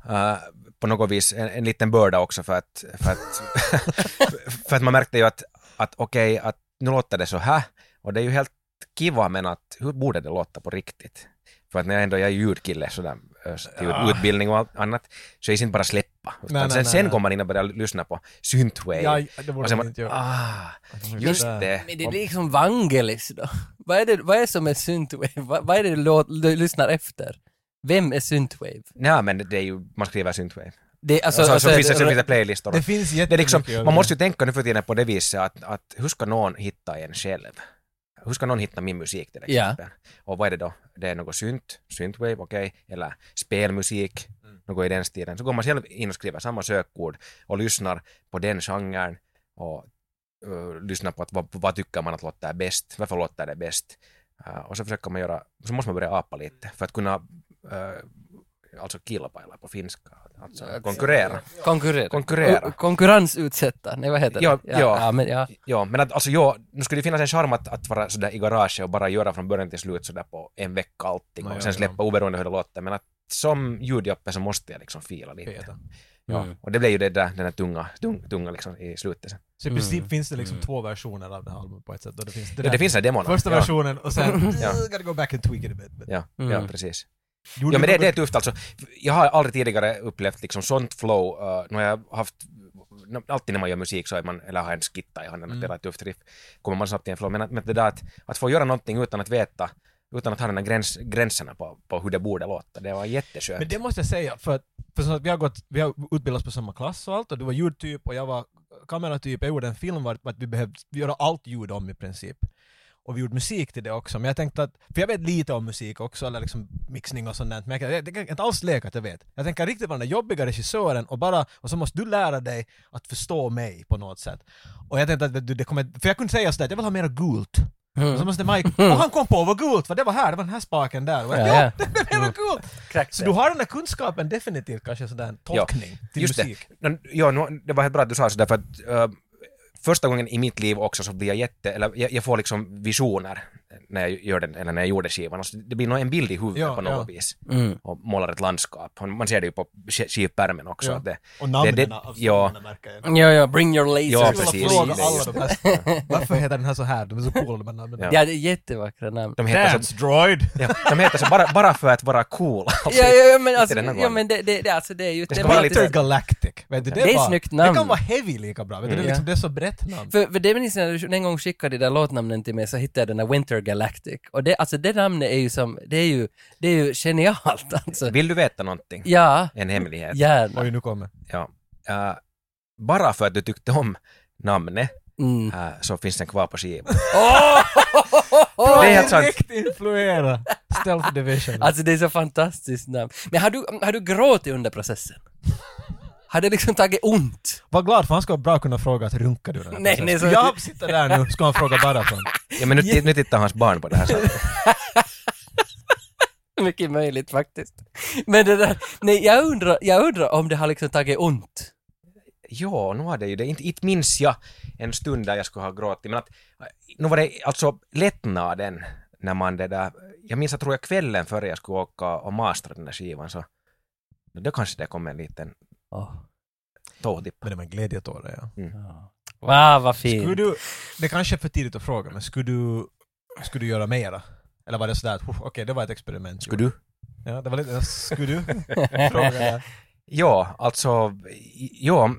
äh, på något vis en, en liten börda också för att, för att, för att man märkte ju att, att okej, att nu låter det så här och det är ju helt kiva men att hur borde det låta på riktigt? För att när jag ändå jag är ljudkille sådär, äh, så till Ja. utbildning och allt annat, så är det inte bara släppa. Utan Nej, nej, sen, nej, sen nej. kommer man in och börjar lyssna på synthwave. Ja, det och borde sen man man, inte göra. ah, Men just där- det. Men det är liksom vangelis då. Vad är det, vad är det som är synthwave? Vad, vad är det du, lå- du lyssnar efter? Vem är synthwave? Nej, men det är ju, man skriver synthwave. Det, är- alltså, Så, så, alltså, finns det, det- så finns det playlistor. Det finns Det är liksom, jättemycket man måste ju tänka nu för tiden på det viset att, att hur ska någon hitta en själv? Hur ska någon hitta min musik till Ja. exempel? Och vad är det då? Det är något synt, syntwave, okej, eller spelmusik, något i den stilen. Så går man själv in och skriver samma sökord och lyssnar på den genren och eh, lyssnar på att, vad, vad tycker man att låter bäst, varför låter det bäst? Eh, och så försöker man göra, så måste man börja apa lite för att kunna eh, alltså kilpailla på finska, alltså konkurrera. konkurrera. Konkurrera. Ko- Konkurrensutsätta, nej vad heter Ja, det? Ja, ja. ja. men ja. Ja, men att, alltså ja, nu skulle det finnas en charm att, att vara sådär i garaget och bara göra från början till slut sådär på en vecka allting No, och ja, sen ja. släppa oberoende hur det låter. Men att som ljudjoppe så måste jag liksom fila lite. Peta. Ja. Mm. Och det blev ju det där, den där tunga, tung, tunga liksom i slutet. sen. Så i princip finns det liksom Mm. två versioner av det här albumet på ett sätt. Och det finns det, Ja, där. det finns den demon. Första ja. versionen och sen Ja. gotta go back and tweak it a bit. But, Ja, ja, Mm. precis. Gjorde Ja, men du det, det är något- tufft alltså. Jag har aldrig tidigare upplevt liksom sånt flow. Uh, när jag har haft, no, alltid när man gör musik så är man, eller har en skitta i handen och Mm. spelar ett tufft riff, kommer man snabbt i en flow. Men, att- men det där att, att få göra någonting utan att veta, utan att ha de där gräns, gränserna på, på hur det borde låta, det var jätteskönt. Men det måste jag säga, för, att- för som sagt, vi, har gått, vi har utbildats på samma klass och allt, och du var typ, ljudtyp och jag var kameratyp. Jag gjorde en film vart vart vi behövde göra allt ljud om i princip. och vi gjorde musik till det också. Men jag tänkte att, för jag vet lite om musik också, eller liksom mixning och sånt där, men jag, kan- jag, jag kan inte alls leka att jag vet. Jag tänker riktigt vara den där jobbiga regissören och bara, och så måste du lära dig att förstå mig på något sätt. Och jag tänkte att vet du, det kommer, för jag kunde säga sådär att jag vill ha mera gult. Mm. Och så måste Mike, och han kom på vad gult var, det var här, det var den här spaken där. Och jag, Ja, ja. ja, det blev mm. gult! Crack Så du har den där kunskapen definitivt kanske sådär tolkning till Just musik. det. No, jo, nu- det var helt bra att du sa sådär för att eh, första gången i mitt liv också så blir jag jätte, eller jag, jag får liksom visioner när jag gör den, eller när jag gjorde skivan. Och så det blir nog en bild i huvudet Ja, på något ja. vis. Mm. Och målar ett landskap. Och Man ser det ju på sk- skivpärmen också. Ja. att Det, Och namnen det- det- av ja. sångerna märker jag. Ja, ja, bring your lasers. Ja, Jag skulle precis. fråga Det är alla just de här. Varför heter den här så här? De är så coola de här namnen. Ja. Ja, det är jättevackra namn. de, heter så, Dance droid! ja, de heter så bara, bara för att No vara cool. Alltså, Ja, ja, ja, men, inte alltså, den här ja, gången. men det, det, det, alltså, det är ju... Det ska var vara alltid- lite- Intergalactic. Vet du, det, Det är var, ett snyggt Det namn. kan vara heavy lika bra. Vet du, det, är liksom, det är så brett namn. För, för det minns jag när du en gång skickade de där låtnamnen till mig så hittade jag den där Winter Galactic. Och det, alltså det namnet är ju som, det är ju, det är ju genialt alltså. Vill du veta någonting? Ja, En hemlighet. gärna. Oj, nu kommer. Ja. Eh, bara för att du tyckte om namnet Mm. eh, så finns den kvar på skivan. Åh! Det är helt sant. Direkt influera. Stealth Division. Alltså det är så fantastiskt namn. Men har du, har du gråtit under processen? Har det liksom tagit ont? Var glad för han ska bra kunna fråga att runkar du den här Nej, processen? nej, så- Jag sitter där nu, ska han fråga bara från. Ja, men nu, nu tittar hans barn på det här. Så. Mycket möjligt faktiskt. Men det där, nej jag undrar, jag undrar om det har liksom tagit ont. Ja, nu var det ju det. Inte, inte minns jag en stund där jag skulle ha gråtit, men att nu var det alltså lättnaden när man det där, jag minns att tror jag kvällen före jag skulle åka och mastra den där skivan så då kanske det kom en liten Åh. tåtipp. Men det var en glädjetåre, ja. Wow, vad Skulle fint. du, det kanske är för tidigt att fråga, men skulle du, skulle du göra mera? Eller var det sådär att, "Huh, okej, det var ett experiment. Skulle du? Ja, det var lite, skulle du? Fråga där. Ja, alltså, ja,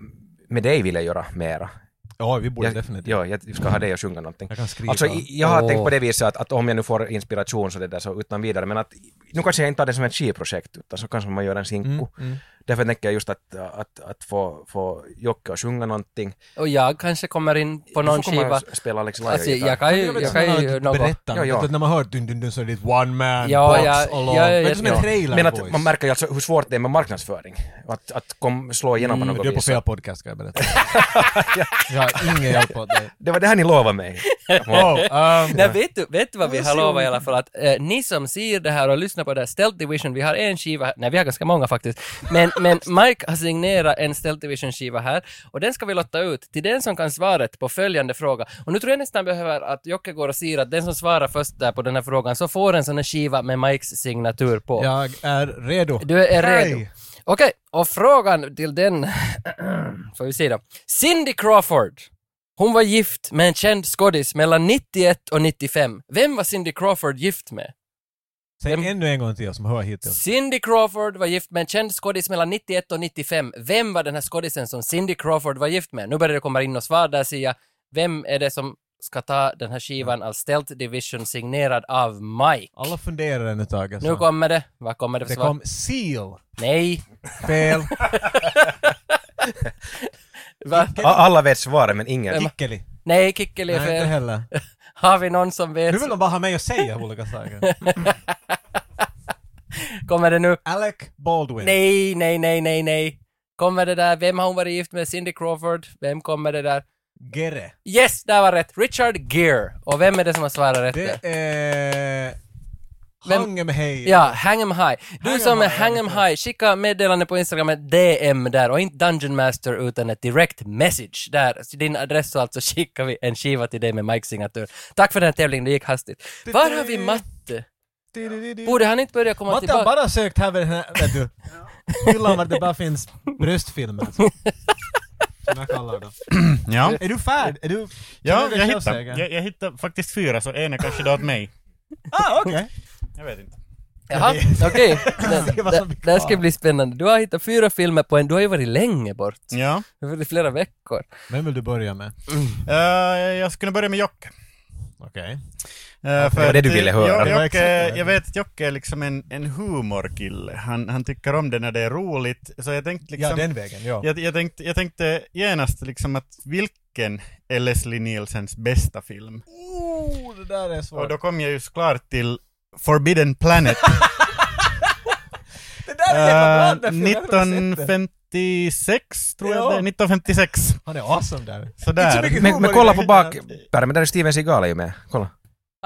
med dig vill jag göra mera. Ja, vi borde jag, definitivt. ja, jag ska ha dig att sjunga någonting. Jag kan skriva. Alltså, i- jag har Åh. tänkt på det viset att, att om jag nu får inspiration så det där så utan vidare, men att nu kanske jag inte tar det som ett skiprojekt, utan så kanske man gör en sinko. Mm, mm. Därför tänker jag just att, att, att få, få Jocke att sjunga någonting. Och jag kanske kommer in på någon du får komma skiva. och spela liksom live Alltså jag kan ju, vet jag inte, kan man har ju ett något. berättande. Ja, ja. Jag tror att När man hör dun dun dun så är det ett one man Ja, box ja, alone. ja, ja, det är som ja. en trailer Men att voice. man märker ju alltså hur svårt det är med marknadsföring. Att, att kom, slå igenom på något Du Mm, är på vis. fel podcast ska jag berätta. jag har ingen hjälp åt dig. Det var det här ni lovade mig. Oh, um, Nej, vet, du, vet du vad vi har lovat i alla fall? Att eh, ni som ser det här och lyssnar på det här, Stealth Division, vi har en skiva, nej vi har ganska många faktiskt, men, men Mike har signerat en Stealth Division-skiva här och den ska vi lotta ut till den som kan svaret på följande fråga. Och nu tror jag nästan behöver att Jocke går och säger att den som svarar först där på den här frågan så får en sån här skiva med Mikes signatur på. jag är redo. Du är Hej. redo. Okej, och frågan till den får vi se då. Cindy Crawford. Hon var gift med en känd skådis mellan 91 och 95. Vem var Cindy Crawford gift med? Säg ännu en gång till jag som hör hittills. Cindy Crawford var gift med en känd skådis mellan 91 och 95. Vem var den här skådisen som Cindy Crawford var gift med? Nu börjar det komma in och svar där, säger jag. Vem är det som ska ta den här skivan av Stealth Division signerad av Mike? Alla funderar ännu ett tag. alltså. Nu kommer det. Vad kommer det för Det svar? kom Seal. Nej. Fel. Va? A- Alla vet svaret, men ingen. Kickeli. Nej, Kikkeli är Nej, inte fel. heller. Har vi någon som vet? Nu vill de bara ha mig att säga olika saker. Kommer det nu? Alec Baldwin. Nej, nej, nej, nej, nej. Kommer det där? Vem har hon varit gift med? Cindy Crawford? Vem kommer det där? Gere. Yes, där var rätt! Richard Gere. Och vem är det som har svarat rätt där? Det är... Vem- Hang me hej. Ja, hang 'em high. Du Hang 'em som är high, hang 'em high, skicka meddelande på Instagram med DM där och inte Dungeon Master utan ett direct message där. Så Din adress och allt så skickar vi en skiva till dig med Mike signatur. Tack för den här tävlingen, det gick hastigt. Var har vi Matte? Borde han inte börja komma Matte har tillbaka? bara sökt här vid den här, vet du, hyllan där det bara finns bröstfilmer. Alltså. Som jag kallar dem. Ja, Är du färdig? Är du... ja känner du dig jag, hittar, självsäker? jag, jag hittar faktiskt fyra, så en är kanske då åt mig. Ah, okej! Jag vet inte. Jaha, okej. Det- Det var som vi Det här ska bli spännande. Du har hittat fyra filmer på en, du har ju varit länge bort. Ja. Du har varit flera veckor. Vem vill du börja med? Eh, jag skulle börja med Jocke. Okej. Eh, för var det du att, ville eh, höra. Jag, Det var jag, exakt det. eh, jag vet att Jocke är liksom en, en humorkille. Han, han tycker om det när det är roligt. Så jag tänkte liksom... Ja, den vägen, ja. jag, jag, tänkte, jag tänkte genast liksom att vilk, vilken är Leslie Nielsens bästa film? Ooh, Oh, det där är svårt. Och då kom jag ju såklart till Forbidden Planet. det där är Äh, jävla bra! därför jag har sett det. 1956 tror jag Ja. det är. 1956. Han är awesome där. Inte så Sådär. mycket Me, humor me i kolla den på här. bakpärmen, där är Steven Seagal är ju med. Kolla.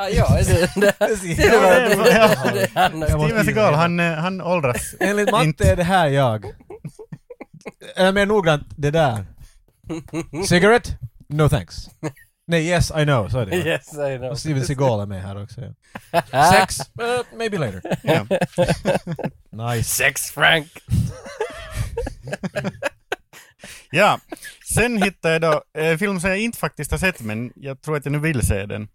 Ah, ja, det, det, det, Precis. det, Ja, det, det var- ja. det, det, Jag måste- Steven Seagal, han, eh, han åldras. Enligt Matte Inte. är det här jag. Eller mer noggrant, det där. Cigarette? No thanks. Nej, yes I know, så är det. Yes, I know. Och Steven Seagal är med här också. ja. Sex? Eh, maybe later. Ja. Nice. Sex Frank! ja. Sen hittade jag då eh, en film som jag inte faktiskt har sett, men jag tror att jag nu vill se den.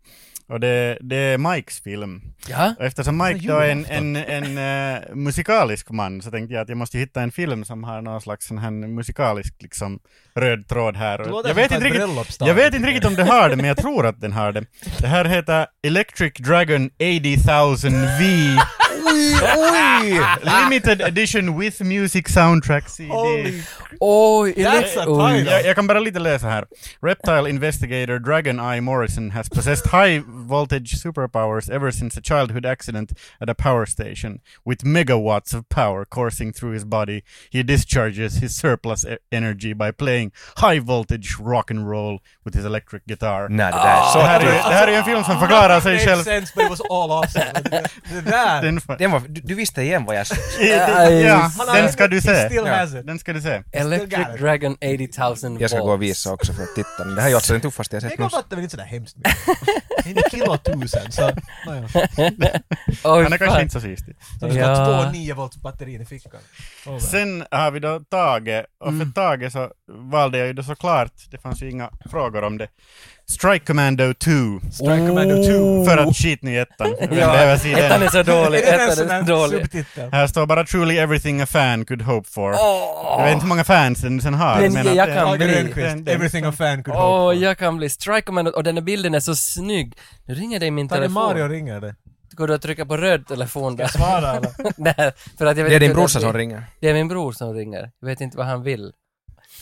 Och det, det är Mikes film. Ja? Och eftersom Mike då är en, en, en eh, musikalisk man så tänkte jag att jag måste ju hitta en film som har någon slags sån här musikalisk liksom, röd tråd här. Du Och låter Jag som vet, ett inte riktigt, bröllopstal. jag vet inte riktigt om det har det, men jag tror att den har det. Det här heter Electric Dragon 80,000 V Limited Edition with Music Soundtrack CD. Holy Oj, That's a oj. title. Jag, jag kan bara lite läsa här. Reptile investigator Dragon Eye Morrison has possessed high voltage superpowers ever since a childhood accident at a power station. With megawatts of power coursing through his body, he discharges his surplus e- energy by playing high voltage rock and roll with his electric guitar. Nej, det där är Det så Ah. här, är, det här är en film som förklarar sig Makes själv. sense, but it was all awesome. Det- Det där! Den, fa- Den var, du, du visste igen vad jag sa. ja, Han har- den ska du He se. still has it. Den ska du se. Still got Electric it. Dragon 80,000 volts. Jag ska gå och visa också för att titta. Men Det här är alltså den tuffaste jag Det sett kan någonsin. fatta väl inte sådär hemskt mycket. En kilo tusen, så... Naja. Oj, Han är kanske fan. inte så sistig. Så du ska ha Ja. två 9 volts batterier i fickan. Oh, well. Sen har vi då Tage, och Mm. för Tage så valde jag ju då såklart, det fanns ju inga frågor om det, Strike Commando 2. Strike Commando 2. För att skit nu i ettan, vem behöver Ja, se ettan är den? så dålig, Är det en ettan sån är här så dålig. subtitel? Här står bara truly everything a fan could hope for. Jag vet inte hur många fans den sen har. Den- men att jag det- kan Tage bli. Den- Rönnqvist, den- Everything a fan could Åh, hope for. jag kan bli strike commando och den här bilden är så snygg. Nu ringer det i min Tage telefon. Mario ringer det. Går du att trycka på röd telefon där? Svara eller? Nej, för att jag vet Det är din inte hur brorsa det som blir. ringer. Det är min bror som ringer. Jag vet inte vad han vill.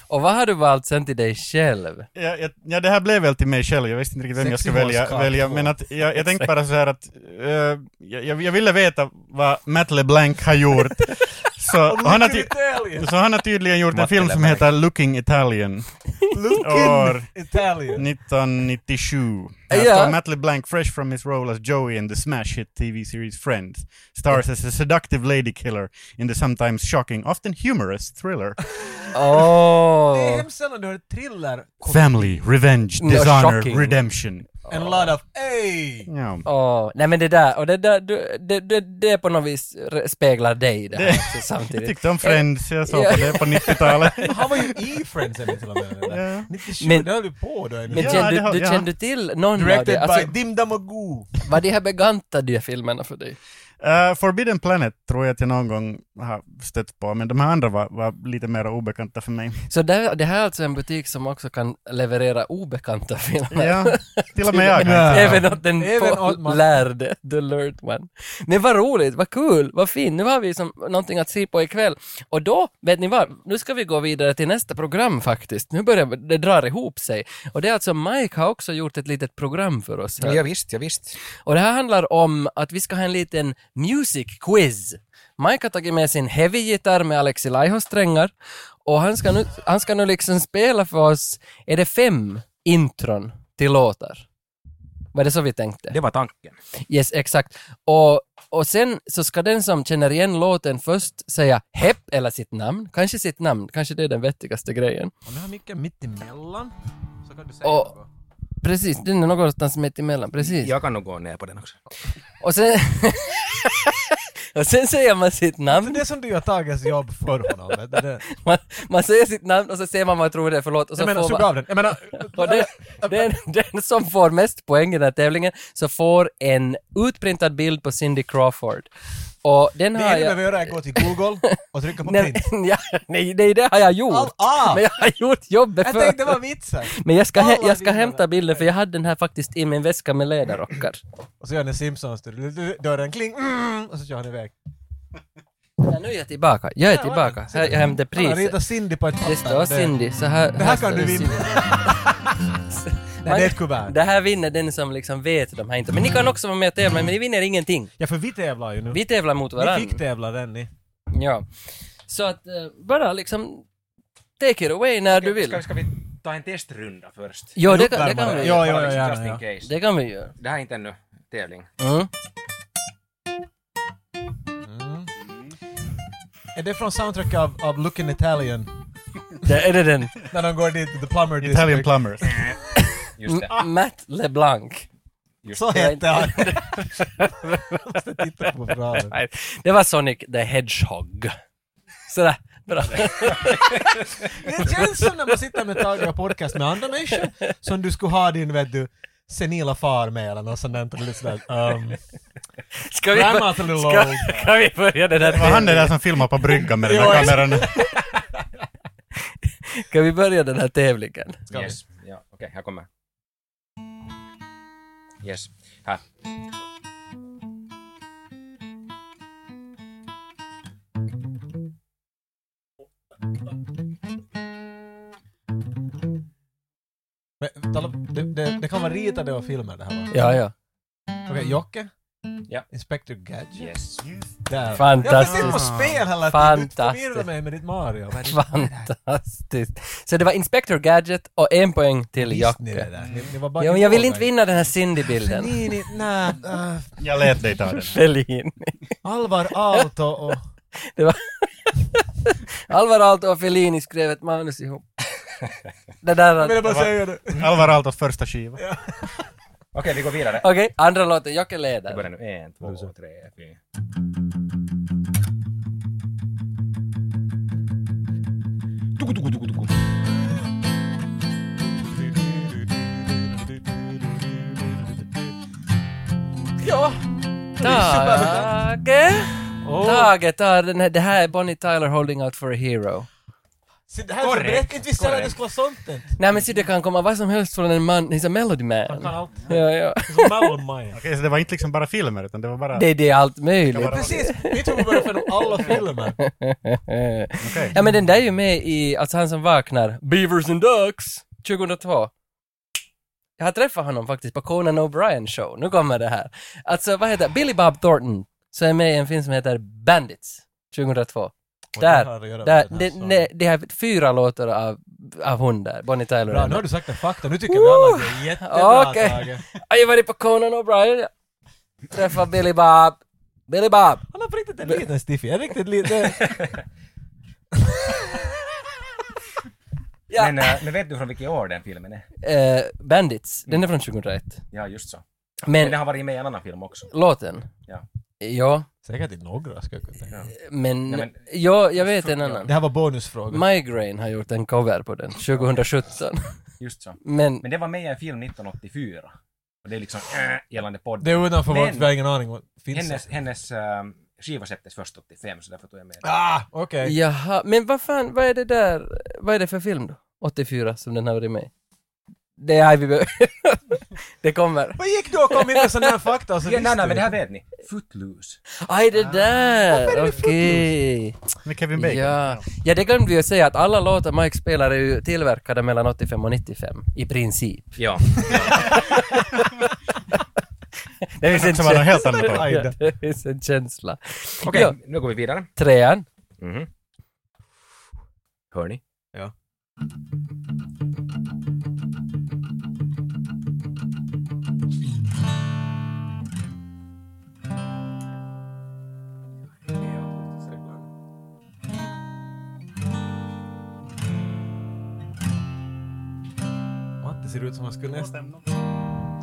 Och vad har du valt sen till dig själv? Ja, jag, ja, det här blev väl till mig själv, jag visste inte riktigt vem jag Sexy skulle välja, Horse välja Cup. men att jag, jag tänkte bara så här att eh, jag, jag, jag ville veta vad Matt LeBlanc har gjort. så, han har ty- Italian! så han har tydligen gjort en Matt film som LeBlanc. heter Looking Italian. År Italian! 1997. Här Ja. står Matt LeBlanc fresh from his role as Joey in the smash hit TV series Friends. Stars as a seductive lady killer in the sometimes shocking, often humorous thriller. Åh! Det är hemskt sällan du hör thriller Family, revenge, No, dishonor, shocking. redemption. and a lot of ey! Ja. Åh, nej men det där, och det där, du, det, det, det på något vis re- speglar dig det här också Jag samtidigt. tyckte om Friends, jag såg Ja. på det på 90-talet. Han var ju i Friends ännu till och med. det där. 97, Men- det höll ju på då ännu. Men Ja, kände, det har- du, ja. kände till någon av Directed det? Alltså, by Dimda Magoo. var de här begantade filmerna för dig? Eh, Forbidden Planet tror jag att jag någon gång har stött på, men de här andra var, var lite mer obekanta för mig. Så det, det här är alltså en butik som också kan leverera obekanta filmer. Ja, till och med jag. Ja. Även åt den Även på- åt man- lärde, the learned one. Men vad roligt, vad kul, vad fint. Nu har vi som någonting att se på ikväll. Och då, vet ni vad, nu ska vi gå vidare till nästa program faktiskt. Nu börjar det dra ihop sig. Och det är alltså Mike har också gjort ett litet program för oss. Ja, Här. visst, ja, visst. Och det här handlar om att vi ska ha en liten music quiz. Mike har tagit med sin heavy-gitarr med Alexi Laiho-strängar och han ska, nu, han ska nu liksom spela för oss, är det fem intron till låtar? Var det så vi tänkte? Det var tanken. Yes, exakt. Och, och sen så ska den som känner igen låten först säga hepp eller sitt namn. Kanske sitt namn, kanske det är den vettigaste grejen. Om jag har mycket mittemellan så kan du säga Och- något. Precis, den är någonstans mitt emellan, precis. Jag kan nog gå ner på den också. Och sen... och sen säger man sitt Så namn. det är som du gör Tages jobb för honom. vet du, det- Man, man säger sitt namn och så ser man vad man tror det är för låt och så Jag menar, får sug man... av den. Jag menar, Och den, den, den som får mest poäng i den här tävlingen så får en utprintad bild på Cindy Crawford. Och den det har enda du jag... behöver göra är att gå till Google och trycka på Nej, print. ja, nej, nej, det har jag gjort. All, ah! Men jag har gjort jobbet Jag för. tänkte det var vitsen! Men jag ska, hä- Alla jag ska vinner. hämta bilden för jag hade den här faktiskt i min väska med läderrockar. Och så gör ni Simpsons, du- du- du- dörren kling, mm, och så kör han iväg. Ja, nu är jag tillbaka. Jag är tillbaka. Här, jag hämtar Han har priset. ritat Cindy på ett Det står Cindy. Så här, Det här kan står du det vinna. Cindy. Nej, det är ett kuvert. Det här vinner den som liksom vet de här inte. Men ni kan också vara med och tävla, men ni vinner ingenting. Ja, för vi tävlar ju nu. Vi tävlar mot varandra. Ni fick tävla den ni. Ja. Så att eh, bara liksom take it away när du vill. Ska, ska vi ta en testrunda först? Jo, det kan, det Närmare. kan vi Ja, göra. Bara ja, ja, liksom gärna, just in ja. case. Det kan vi göra. Det här är inte ännu tävling. Mm. Mm. Är det från soundtrack av, av Looking Italian? Det är det den. När de går dit, till The Plumber Italian District. plumbers. Mm, Just det. Matt LeBlanc. Just Så det. hette han. Måste titta på programmet. Nej, Det var Sonic the Hedgehog. Sådär, bra. Det känns som när man sitter med Tage och podcast med andra människor som du skulle ha din, vet du, senila far med eller något sånt där. och lite sådär, Um, Ska vi, bör- grandma's a little ska, old. ska vi börja den Var han här den där som filmade på bryggan med den Jo, där exakt. kameran? Ska vi börja den här tävlingen? Ska vi? yes. Ja, okej, här kommer. Yes, här. Men, tala, det, det, det kan vara ritade och filmer det här va? Ja, ja. Okej, Jocke? Ja. Inspector Gadget? Yes. Där. Fantastiskt. Jag har på spel hela tiden. Du Fantastiskt. förvirrar mig med ditt Mario. Vad är det- Fantastiskt. Så det var Inspector Gadget och en poäng till Visste ni det Jocke. där? Ni- ni var bara- Ja, men ni jag vill såg inte mig. vinna den här Cindy-bilden. Ni, ni, nej. äh, Jag lät dig ta den. Fellin. Alvar Aalto och... Alvar Aalto och Fellini skrev ett manus ihop. Det där... Jag ville att- bara var- säga det. Alvar Aaltos första skiva. Okej, vi går vidare. Okej, andra låten. Jocke Vi leder. börjar nu. En, eh, två, tre, fyra. Tuku, tuku, tuku, tuku. Ja. Tage! Oh. Tage tar den här. Det här är Bonnie Tyler Holding Out for a Hero. Se, det här är så Korrekt, brett. Inte visste jag att det skulle vara sånt än. Nej men se, det kan komma vad som helst från en man. He's a melody Han kan man. allt. Ja, ja. Som Malon Maja. Okej, så det var inte liksom bara filmer, utan det var bara... Det, det är allt möjligt. Precis, vi tog bara för alla filmer. Okej. Ja men den där är ju med i, alltså han som vaknar, Beavers and Ducks, 2002. Jag har träffat honom faktiskt på Conan O'Brien show, nu kommer det här. Alltså vad heter Billy Bob Thornton, som är med i en film som heter Bandits, 2002. Och det Där, har att göra med där, den här det, storyn. ne, det här fyra låtar av, av hon där, Bonnie Tyler. Bra, och nu har henne. du sagt en fakta. Nu tycker vi alla att det är jättebra, Okej. Tage. Jag har varit på Conan O'Brien, ja. träffat Billy Bob, Billy Bob. Han har på riktigt en liten stiffig. En riktigt liten... Ja. Men, äh, men vet du från vilket år den filmen är? Eh, Bandits, den är från 2001. Ja, just så. Men Men den har varit med i en annan film också. låten? Ja. Ja, Säkert i några, ska jag kunna tänka. men, Nej, men- ja, jag vet en annan. Det här var bonusfråga. Migraine har gjort en cover på den 2017. Just så. Men Men det var med i en film 1984. Och det är liksom äh, gällande podd. Det är utanför Men- vårt, vi har ingen aning om. Finns det? Hennes, hennes äh, skiva släpptes först 85, så därför tog jag med det. Ah, okej. jaha, men vad fan, vad är det där, vad är det för film då? 84 som den har varit med i? Det är vi be- Det kommer. Vad gick du och kom in med sån här fakta och så Ja, nej, visste nej, men det du? här vet ni. Footloose. Aj, Ah. det där! Okej. Med Kevin Bacon. Ja. ja, det glömde vi ju säga att alla låtar Mike spelar är ju tillverkade mellan 85 och 95, i princip. Ja. Det Det finns kan en också vara något känsla. helt annat. år. Aj, Ja, det. det finns en känsla. Okej, Ja. nu går vi vidare. Trean. Mm. Hör ni? Ja. Matte ser ut som han skulle nästan...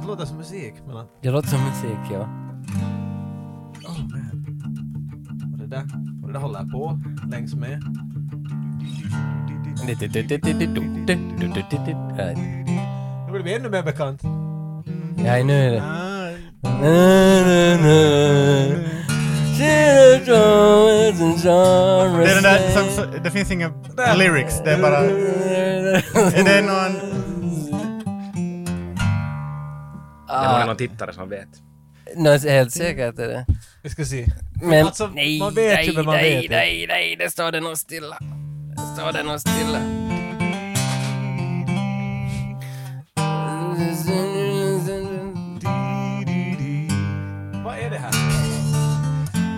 Det låter som musik, men... han- Det låter som musik, ja. Oh, man. Och det där, och det där håller jag på längs med. Nej, Nu blir vi ännu mer bekant. nu är det... Ah, Det är den där som, så- det finns inga lyrics, det är bara... Är det någon... Det är Ah, många någon tittare som vet. nå, helt säkert är det. Vi ska se. Men Alltså, nej, man vet ju nej, vem man nej, vet. nej, nej, det står det nog stilla. Det står det nog stilla.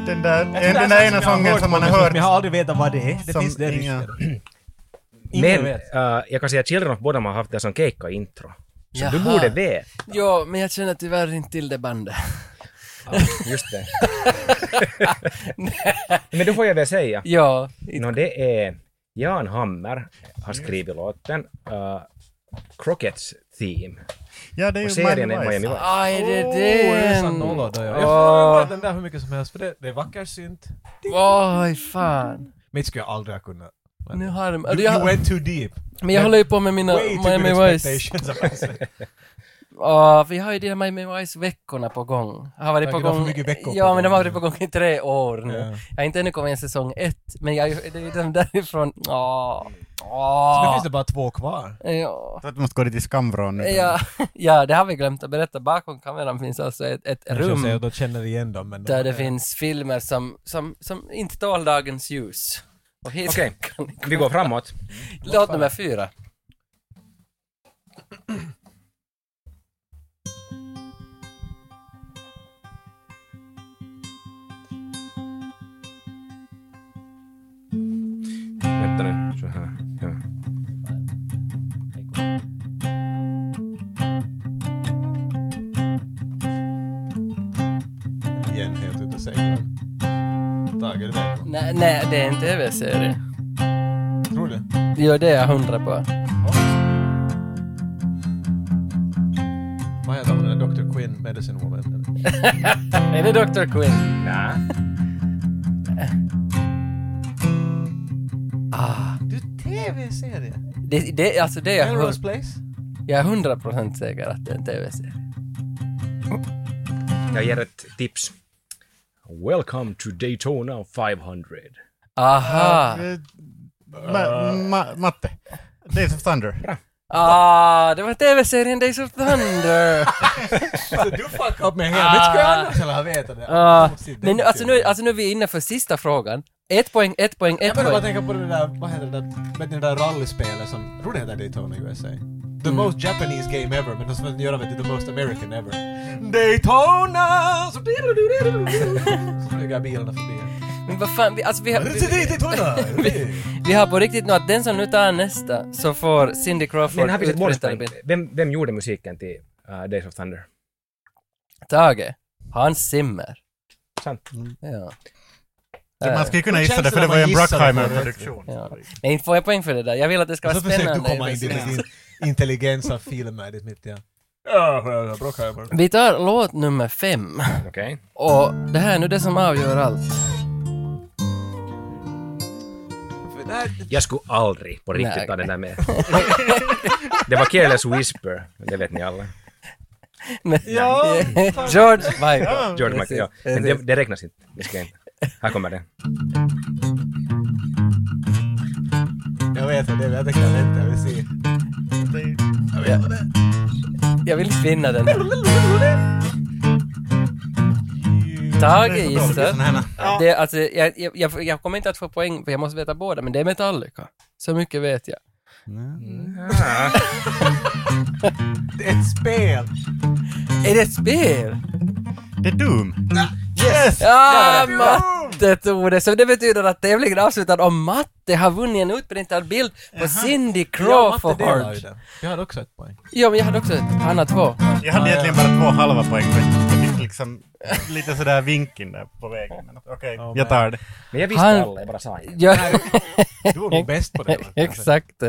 Den där, en, Det den är där en sån ena som Alltså, jag sången hört som man har många hört. Men jag har aldrig vetat vad det är. Det Som finns det inga- rysker. Ingen Men vet. äh, jag kan säga att Children of Bodom har haft det som keikka-intro. Så du Jaha. borde veta. Jo, men jag känner tyvärr inte till det bandet. Just det. Men då får jag väl säga. Ja, it- No, det är Jan Hammer har skrivit låten uh, Crockets Theme. Ja, det är Och ju serien Miami är Miami Vice. Vice. aj det Åh, är sann den! Ah. nollo då, ja. Jag Åh. har hört den där hur mycket som helst, för det, det är vacker synt. Oj, fan. Men det skulle jag aldrig ha kunnat. Men- Nu har de... You, Alltså, jag, you went too deep. men jag håller ju på med mina Way too Miami good Vice... expectations. alltså. of us. Ja, vi har ju de här Miami Vice-veckorna på gång. Har varit Ja, på det var för gång... mycket veckor på Ja, men de har gång. varit på gång i tre år nu. Ja. Jag har inte ännu kommit in i säsong ett, men jag, det är ju den därifrån... Åh. Så nu Åh. finns det bara två kvar. Ja. Så att man ska gå dit i skamvrån nu. Ja, ja, det har vi glömt att berätta. Bakom kameran finns alltså ett, ett Jag ska rum säga, och Då känner vi igen dem. Men de- där det finns filmer som, som, som inte tål dagens ljus. Och hit Okej. kan ni Vi går framåt. Låt nummer fyra. Vänta nu, så här. Ja. Igen helt ute och seglar. Tage, det där. Nej, nej, det är en tv-serie. Tror du? Jo, det är jag hundra på. Vad heter hon? Den där Dr. Quinn, Medicine Woman. Är det Dr. Quinn? Nä. Ah, Du, TV-serie? det, det, alltså det är jag, Melrose hun- Place? jag är hundra procent säker att det är en tv-serie. Jag ger ett tips. Welcome to Daytona 500. Aha! Eh, Ma, ma, matte. Days of Thunder. Ah, det var tv-serien Days of Thunder! Så du fuckade upp mig helt. Det skulle jag annars ha vetat det. Ah, Jag måste se men nu, den alltså, nu, filmen. alltså nu är vi inne för sista frågan. Ett poäng, ett poäng, ett Jag började bara poäng. tänka på det där, vad heter det där, vet ni det där rallyspelet som, tror ni heter Daytona USA? The Mm. most Japanese game ever, men de som gör det till the most American ever. Daytona! Så Så flyger bilarna förbi. Men vad fan, vi, alltså vi har... vi- Daytona! Vi har på riktigt nu att den som nu tar nästa så får Cindy Crawford Men här finns ett utbrytare målspoäng. bild. Vem, vem gjorde musiken till äh, Days of Thunder? Tage, Hans Zimmer. Sant. Ja. Äh. Så man skulle kunna gissa Känns det, för det det var ju en man gissade Brockheimer-produktion. Ja. Nej, inte får jag poäng för det där. Jag vill att det ska vara Så försökte du spännande. komma in i din intelligens av filmer ditt mitt ja. Ja, Brockheimer. Vi tar låt nummer fem. Okej. Och det här är nu det som avgör allt. Det här- Jag skulle aldrig på riktigt Nej. ta den där med. det var Careless Whisper, det vet ni alla. Men- Ja, George Michael. George Precis, Michael, ja. Men det, precis. det räknas inte. Vi ska inte. Här kommer den. Jag vet det, jag tänker vänta, vi ser. Jag vet vad det är. Jag vill finna den. här. Tage gissar. Det, alltså, jag, jag- jag, jag kommer inte att få poäng för jag måste veta båda, men det är Metallica. Så mycket vet jag. Det är ett spel! Är det ett spel? Det är Doom. Yes! Ja, Matte tog det. Ah, Så det betyder att tävlingen är avslutad om Matte har vunnit en utprintad bild på Cindy Crawford. Ja, Matte delar ju den. Jag hade också ett poäng. Ja, men jag hade också ett. Han har två. Jag hade egentligen bara två halva poäng, för jag fick liksom lite sådär vinken där på vägen. Men Okej, Oh, jag tar det. Men jag visste Han- alla, jag bara sa inte. Ja, Du var nog bäst på det. kanske. exakt.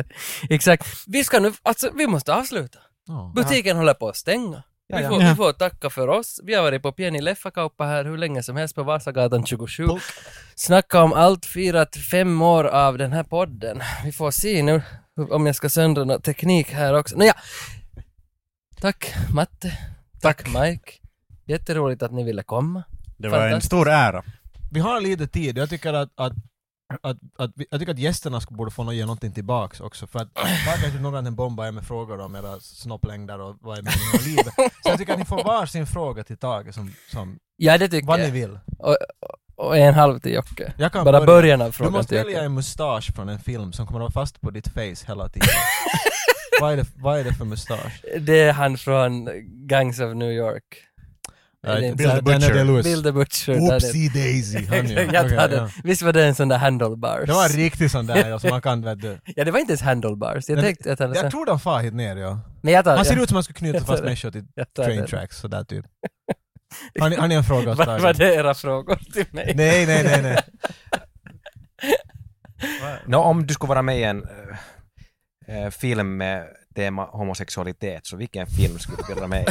Exakt. Vi ska nu, alltså vi måste avsluta. Ja. Butiken håller på att stänga. Vi får, vi får tacka för oss. Vi har varit på Pieni Leffakauppa här hur länge som helst på Vasagatan 27. Snacka om allt firat fem år av den här podden. Vi får se nu hur- om jag ska söndra någon teknik här också. Nåja. Tack Matte. Tack, Mike. Jätteroligt att ni ville komma. Det var en Fantastiskt. stor ära. Vi har lite tid, jag tycker att, att att, att, vi- jag tycker att gästerna skulle borde få nå- ge någonting tillbaks också för att varken typ någon bombar er med frågor om era snopplängder och vad är meningen med livet. Så jag tycker att ni får varsin fråga till Tage som, som Ja, det tycker vad ni jag. vill. Och, och en halv till Jocke. Jag kan Bara börja. början av Du frågan måste till välja Jocke. en mustasch från en film som kommer att vara fast på ditt face hela tiden. vad, är det, vad är det för mustasch? Det är han från Gangs of New York. Eller Right. inte Bill Bill så the här- Butcher. Daniel Lewis. Bill the Butcher. där det- Oopsie daisy. Han, ja. Exakt, jag Okej, tar den. ja. Visst var det en sån där handlebars? Det var en riktig sån där ja, som man kan, vet du. ja, det var inte ens handlebars. Jag Nej, tänkte att han... Jag tror de far hit ner ja. Men jag tar, Han ser jag, ut som han skulle knyta Jag tar fast det. människor till jag tar train den. tracks sådär typ. Har ni, har ni en fråga åt Var, Tage? var det era frågor till mig? Nej, nej, nej, nej. No, om du skulle vara med i en eh, eh, film med tema homosexualitet, så vilken film skulle du vilja med i?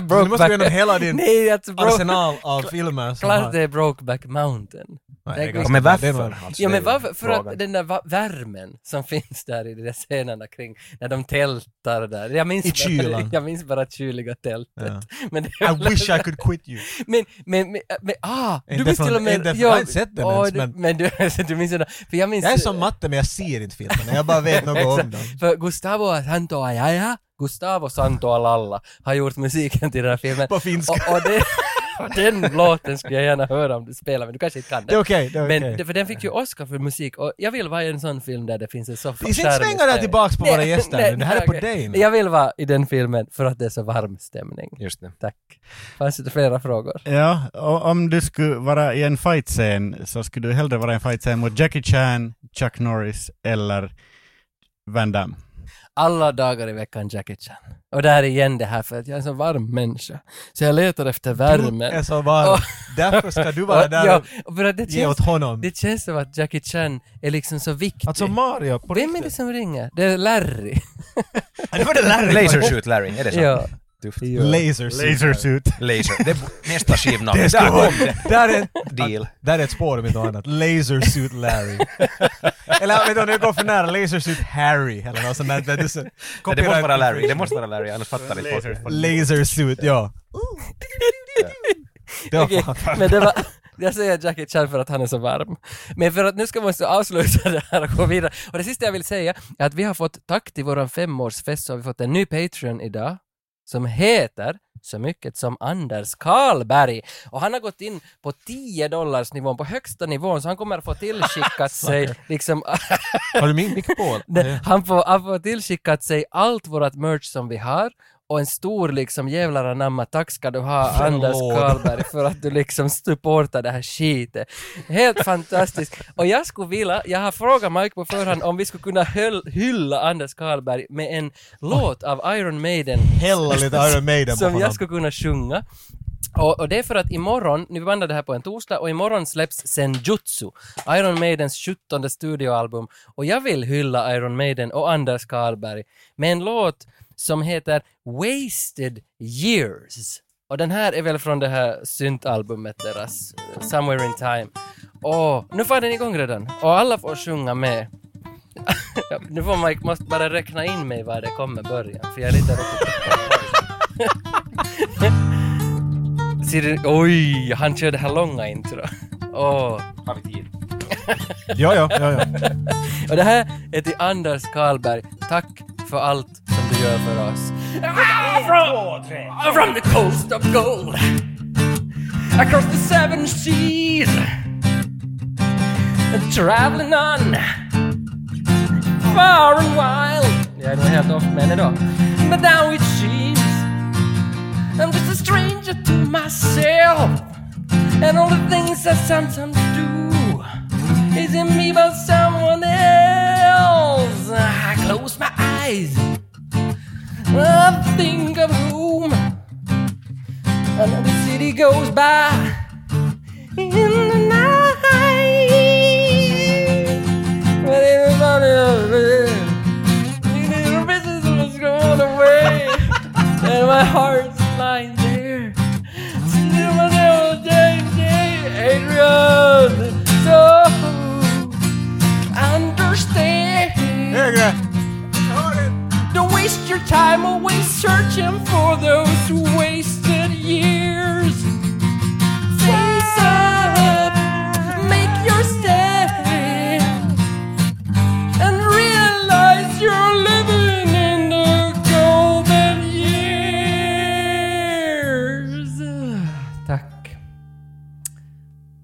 Du måste gå igenom Brokeback... hela din Nej, alltså, bro, arsenal av filmer som klart har... det är Brokeback Mountain. Nej, det är det är klart. Ja, ganska- men det är varför? nog- Alltså, Ja det men är ju varför? För att frågan. den där va- värmen som finns där i de där scenerna kring, när de tältar där. Jag minns, I bara, kylan. jag minns bara kyliga tältet. Ja. Men, det- I wish I could quit you. men, men, men, men, ah! Du Inte minns från- till och med... inte från- ja, jag har inte sett den åh, ens, du- men- men du, du minns den. För jag minns... Jag är som matte men jag ser inte filmerna, jag bara vet något om dem. För Gustavo Santaolalla, Gustavo Santaolalla har gjort musiken till den här filmen. På finska. Och, och, det, och den låten skulle jag gärna höra om du spelar, men du kanske inte kan Det är den. okej, det är okej. Men det- för den fick ju Oscar för musik och jag vill vara i en sån film där det finns en soffa. Vi ska inte svänga där tillbaks på våra gäster nu, det här är på dig nu. Jag vill vara i den filmen för att det är så varm stämning. Just det. Tack. Fanns det flera frågor? Ja, o- om du skulle vara i en fightscen så skulle du hellre vara i en fightscen mot Jackie Chan, Chuck Norris eller Van Damme. Alla dagar i veckan Jackie Chan. Och där igen det här för att jag är en så varm människa. Så jag letar efter Du är värmen. så varm. Och- Därför ska du vara Och- där ja, och och för att det, ge känns, åt honom. det känns som att Jackie Chan är liksom så viktig. Alltså Mario, på Vem är det riktigt. som ringer? Det är Larry. Det var det Larry. Laser Shoot Larry, är det så? ja. Tufft. ja. Laser Laser suit. Laser. Det är nästa skivnamn. Det ska Där vara- kom det. Där är, Deal. där är ett spår om inte annat. Laser Suit Larry. eller vet du, nu går för nära. Laser Suit Harry eller något sånt där. Det, är så- Nej, det måste copyright- vara Larry. Det måste vara Larry, annars fattar inte folk. Laser. Laser Suit, ja. Det var Okej, fan. men det var... Jag säger Jackie Chan för att han är så varm. Men för att nu ska man så avsluta det här och gå vidare. Och det sista jag vill säga är att vi har fått, tack till våran femårsfest, så har vi fått en ny Patreon idag som heter så mycket som Anders Karlberg. Och han har gått in på 10 dollars nivån, på högsta nivån, så han kommer att få tillskickat Alltså, sig liksom Har du min mick på? Nej, han, får, han får tillskickat sig allt vårt merch som vi har och en stor liksom jävlar anamma tack ska du ha För en Anders låda. Karlberg för att du liksom supportar det här skitet. Helt fantastiskt. Och jag skulle vilja, jag har frågat Mike på förhand om vi skulle kunna höll, hylla Anders Karlberg med en låt av Iron Maiden Hälla lite Iron Maiden på som honom. jag skulle kunna sjunga. Och, och det är för att imorgon, nu bandar det här på en torsdag, och imorgon släpps Senjutsu, Iron Maidens 17 studioalbum. Och jag vill hylla Iron Maiden och Anders Karlberg med en låt som heter Wasted Years. Och den här är väl från det här syntalbumet deras, eh, Somewhere in Time. Och nu får den igång redan, och alla får sjunga med. Ja, nu får Mike måste bara räkna in mig var det kommer början, för jag är lite riktigt- Ser du? Oj, han kör det här långa intro. Åh. Har vi tid? Ja, ja, ja, ja. Och det här är till Anders Karlberg. Tack för allt som du gör för oss. From, from the coast of gold Across the seven seas Traveling on Far and wild Jag är nog helt off men ändå. But now it seems I'm just a stranger to myself And all the things I sometimes do is it me but someone else? I close my eyes. I think of whom another city goes by in the night. But everybody little business was going away, and my heart's lying there. Everybody else, James, James, Adrian, so understand. Högre! Don't waste your time away searching for those wasted years. Face up, make your stand, and realize you're living in the golden years. Tack.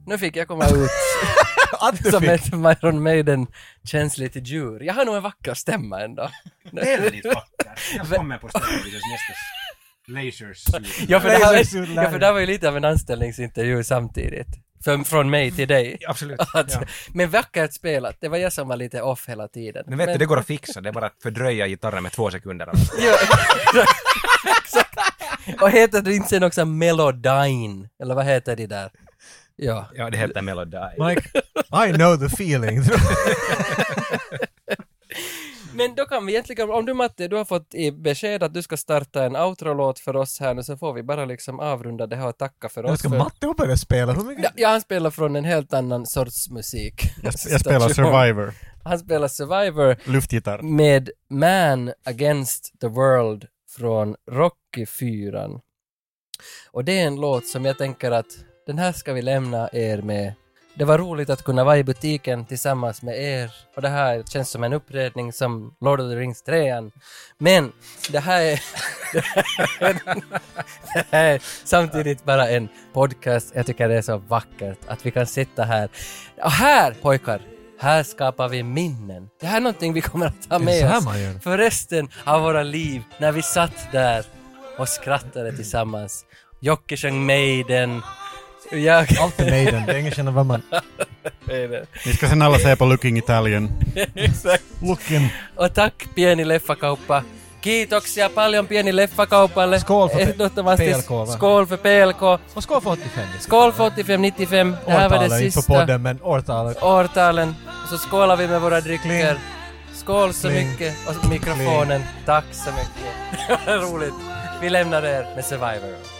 Nu fick jag komma ut. Att du Som fick! ett Iron Maiden-känsligt djur. Jag har nog en vacker stämma ändå. Väldigt vackert. Jag kommer på stället nästa Leisure suit. Ja, för det, här, Laser suit var- ja, liner. för det här var ju lite av en anställningsintervju samtidigt. För, från mig till dig. Absolut. Att, ja. Men vackert spelat, det var jag som var lite off hela tiden. Men vet du, det går att fixa. Det är bara att fördröja gitarren med två sekunder. Ja, exakt. Och heter det inte sen också Melodyne? Eller vad heter det där? Ja. Ja, det heter Melody. Mike, I know the feeling. Men då kan vi egentligen, om du Matte, du har fått i besked att du ska starta en outro-låt för oss här nu, så får vi bara liksom avrunda det här och tacka för Jag oss. ska För... Matte börja spela? Hur mycket? Ja, Ja, han spelar från en helt annan sorts musik. Jag spelar Survivor, Han spelar Survivor luftgitarr. med Man Against the World från Rocky 4. Och det är en låt som jag tänker att den här ska vi lämna er med. Det var roligt att kunna vara i butiken tillsammans med er och det här känns som en uppredning som Lord of the Rings 3 Men det här är, det här är, det här är samtidigt bara en podcast. Jag tycker det är så vackert att vi kan sitta här. Och här pojkar, här skapar vi minnen. Det här är någonting vi kommer att ha Är det så med här oss man gör? för resten av våra liv när vi satt där och skrattade tillsammans. Jocke sjöng Maiden. Jag... Alltid Maiden. Det är ingen känner vad man... Ni ska sen alla se på Looking Italian. Exakt. Looking. Och tack pieni leffakauppa. Kiitoksia paljon pieni leffakaupalle. Skål för Ehdottomasti PLK, va? Skål för PLK. Och skål för 85. Skål för 8595. Det här var det Årtalet, inte för sista. podden, men årtalet. Årtalen. Och så skålar vi med våra drycker. Kling. Skål så Kling. mycket. Och mikrofonen. Tack så mycket. Roligt. Vi lämnar er med Survivor.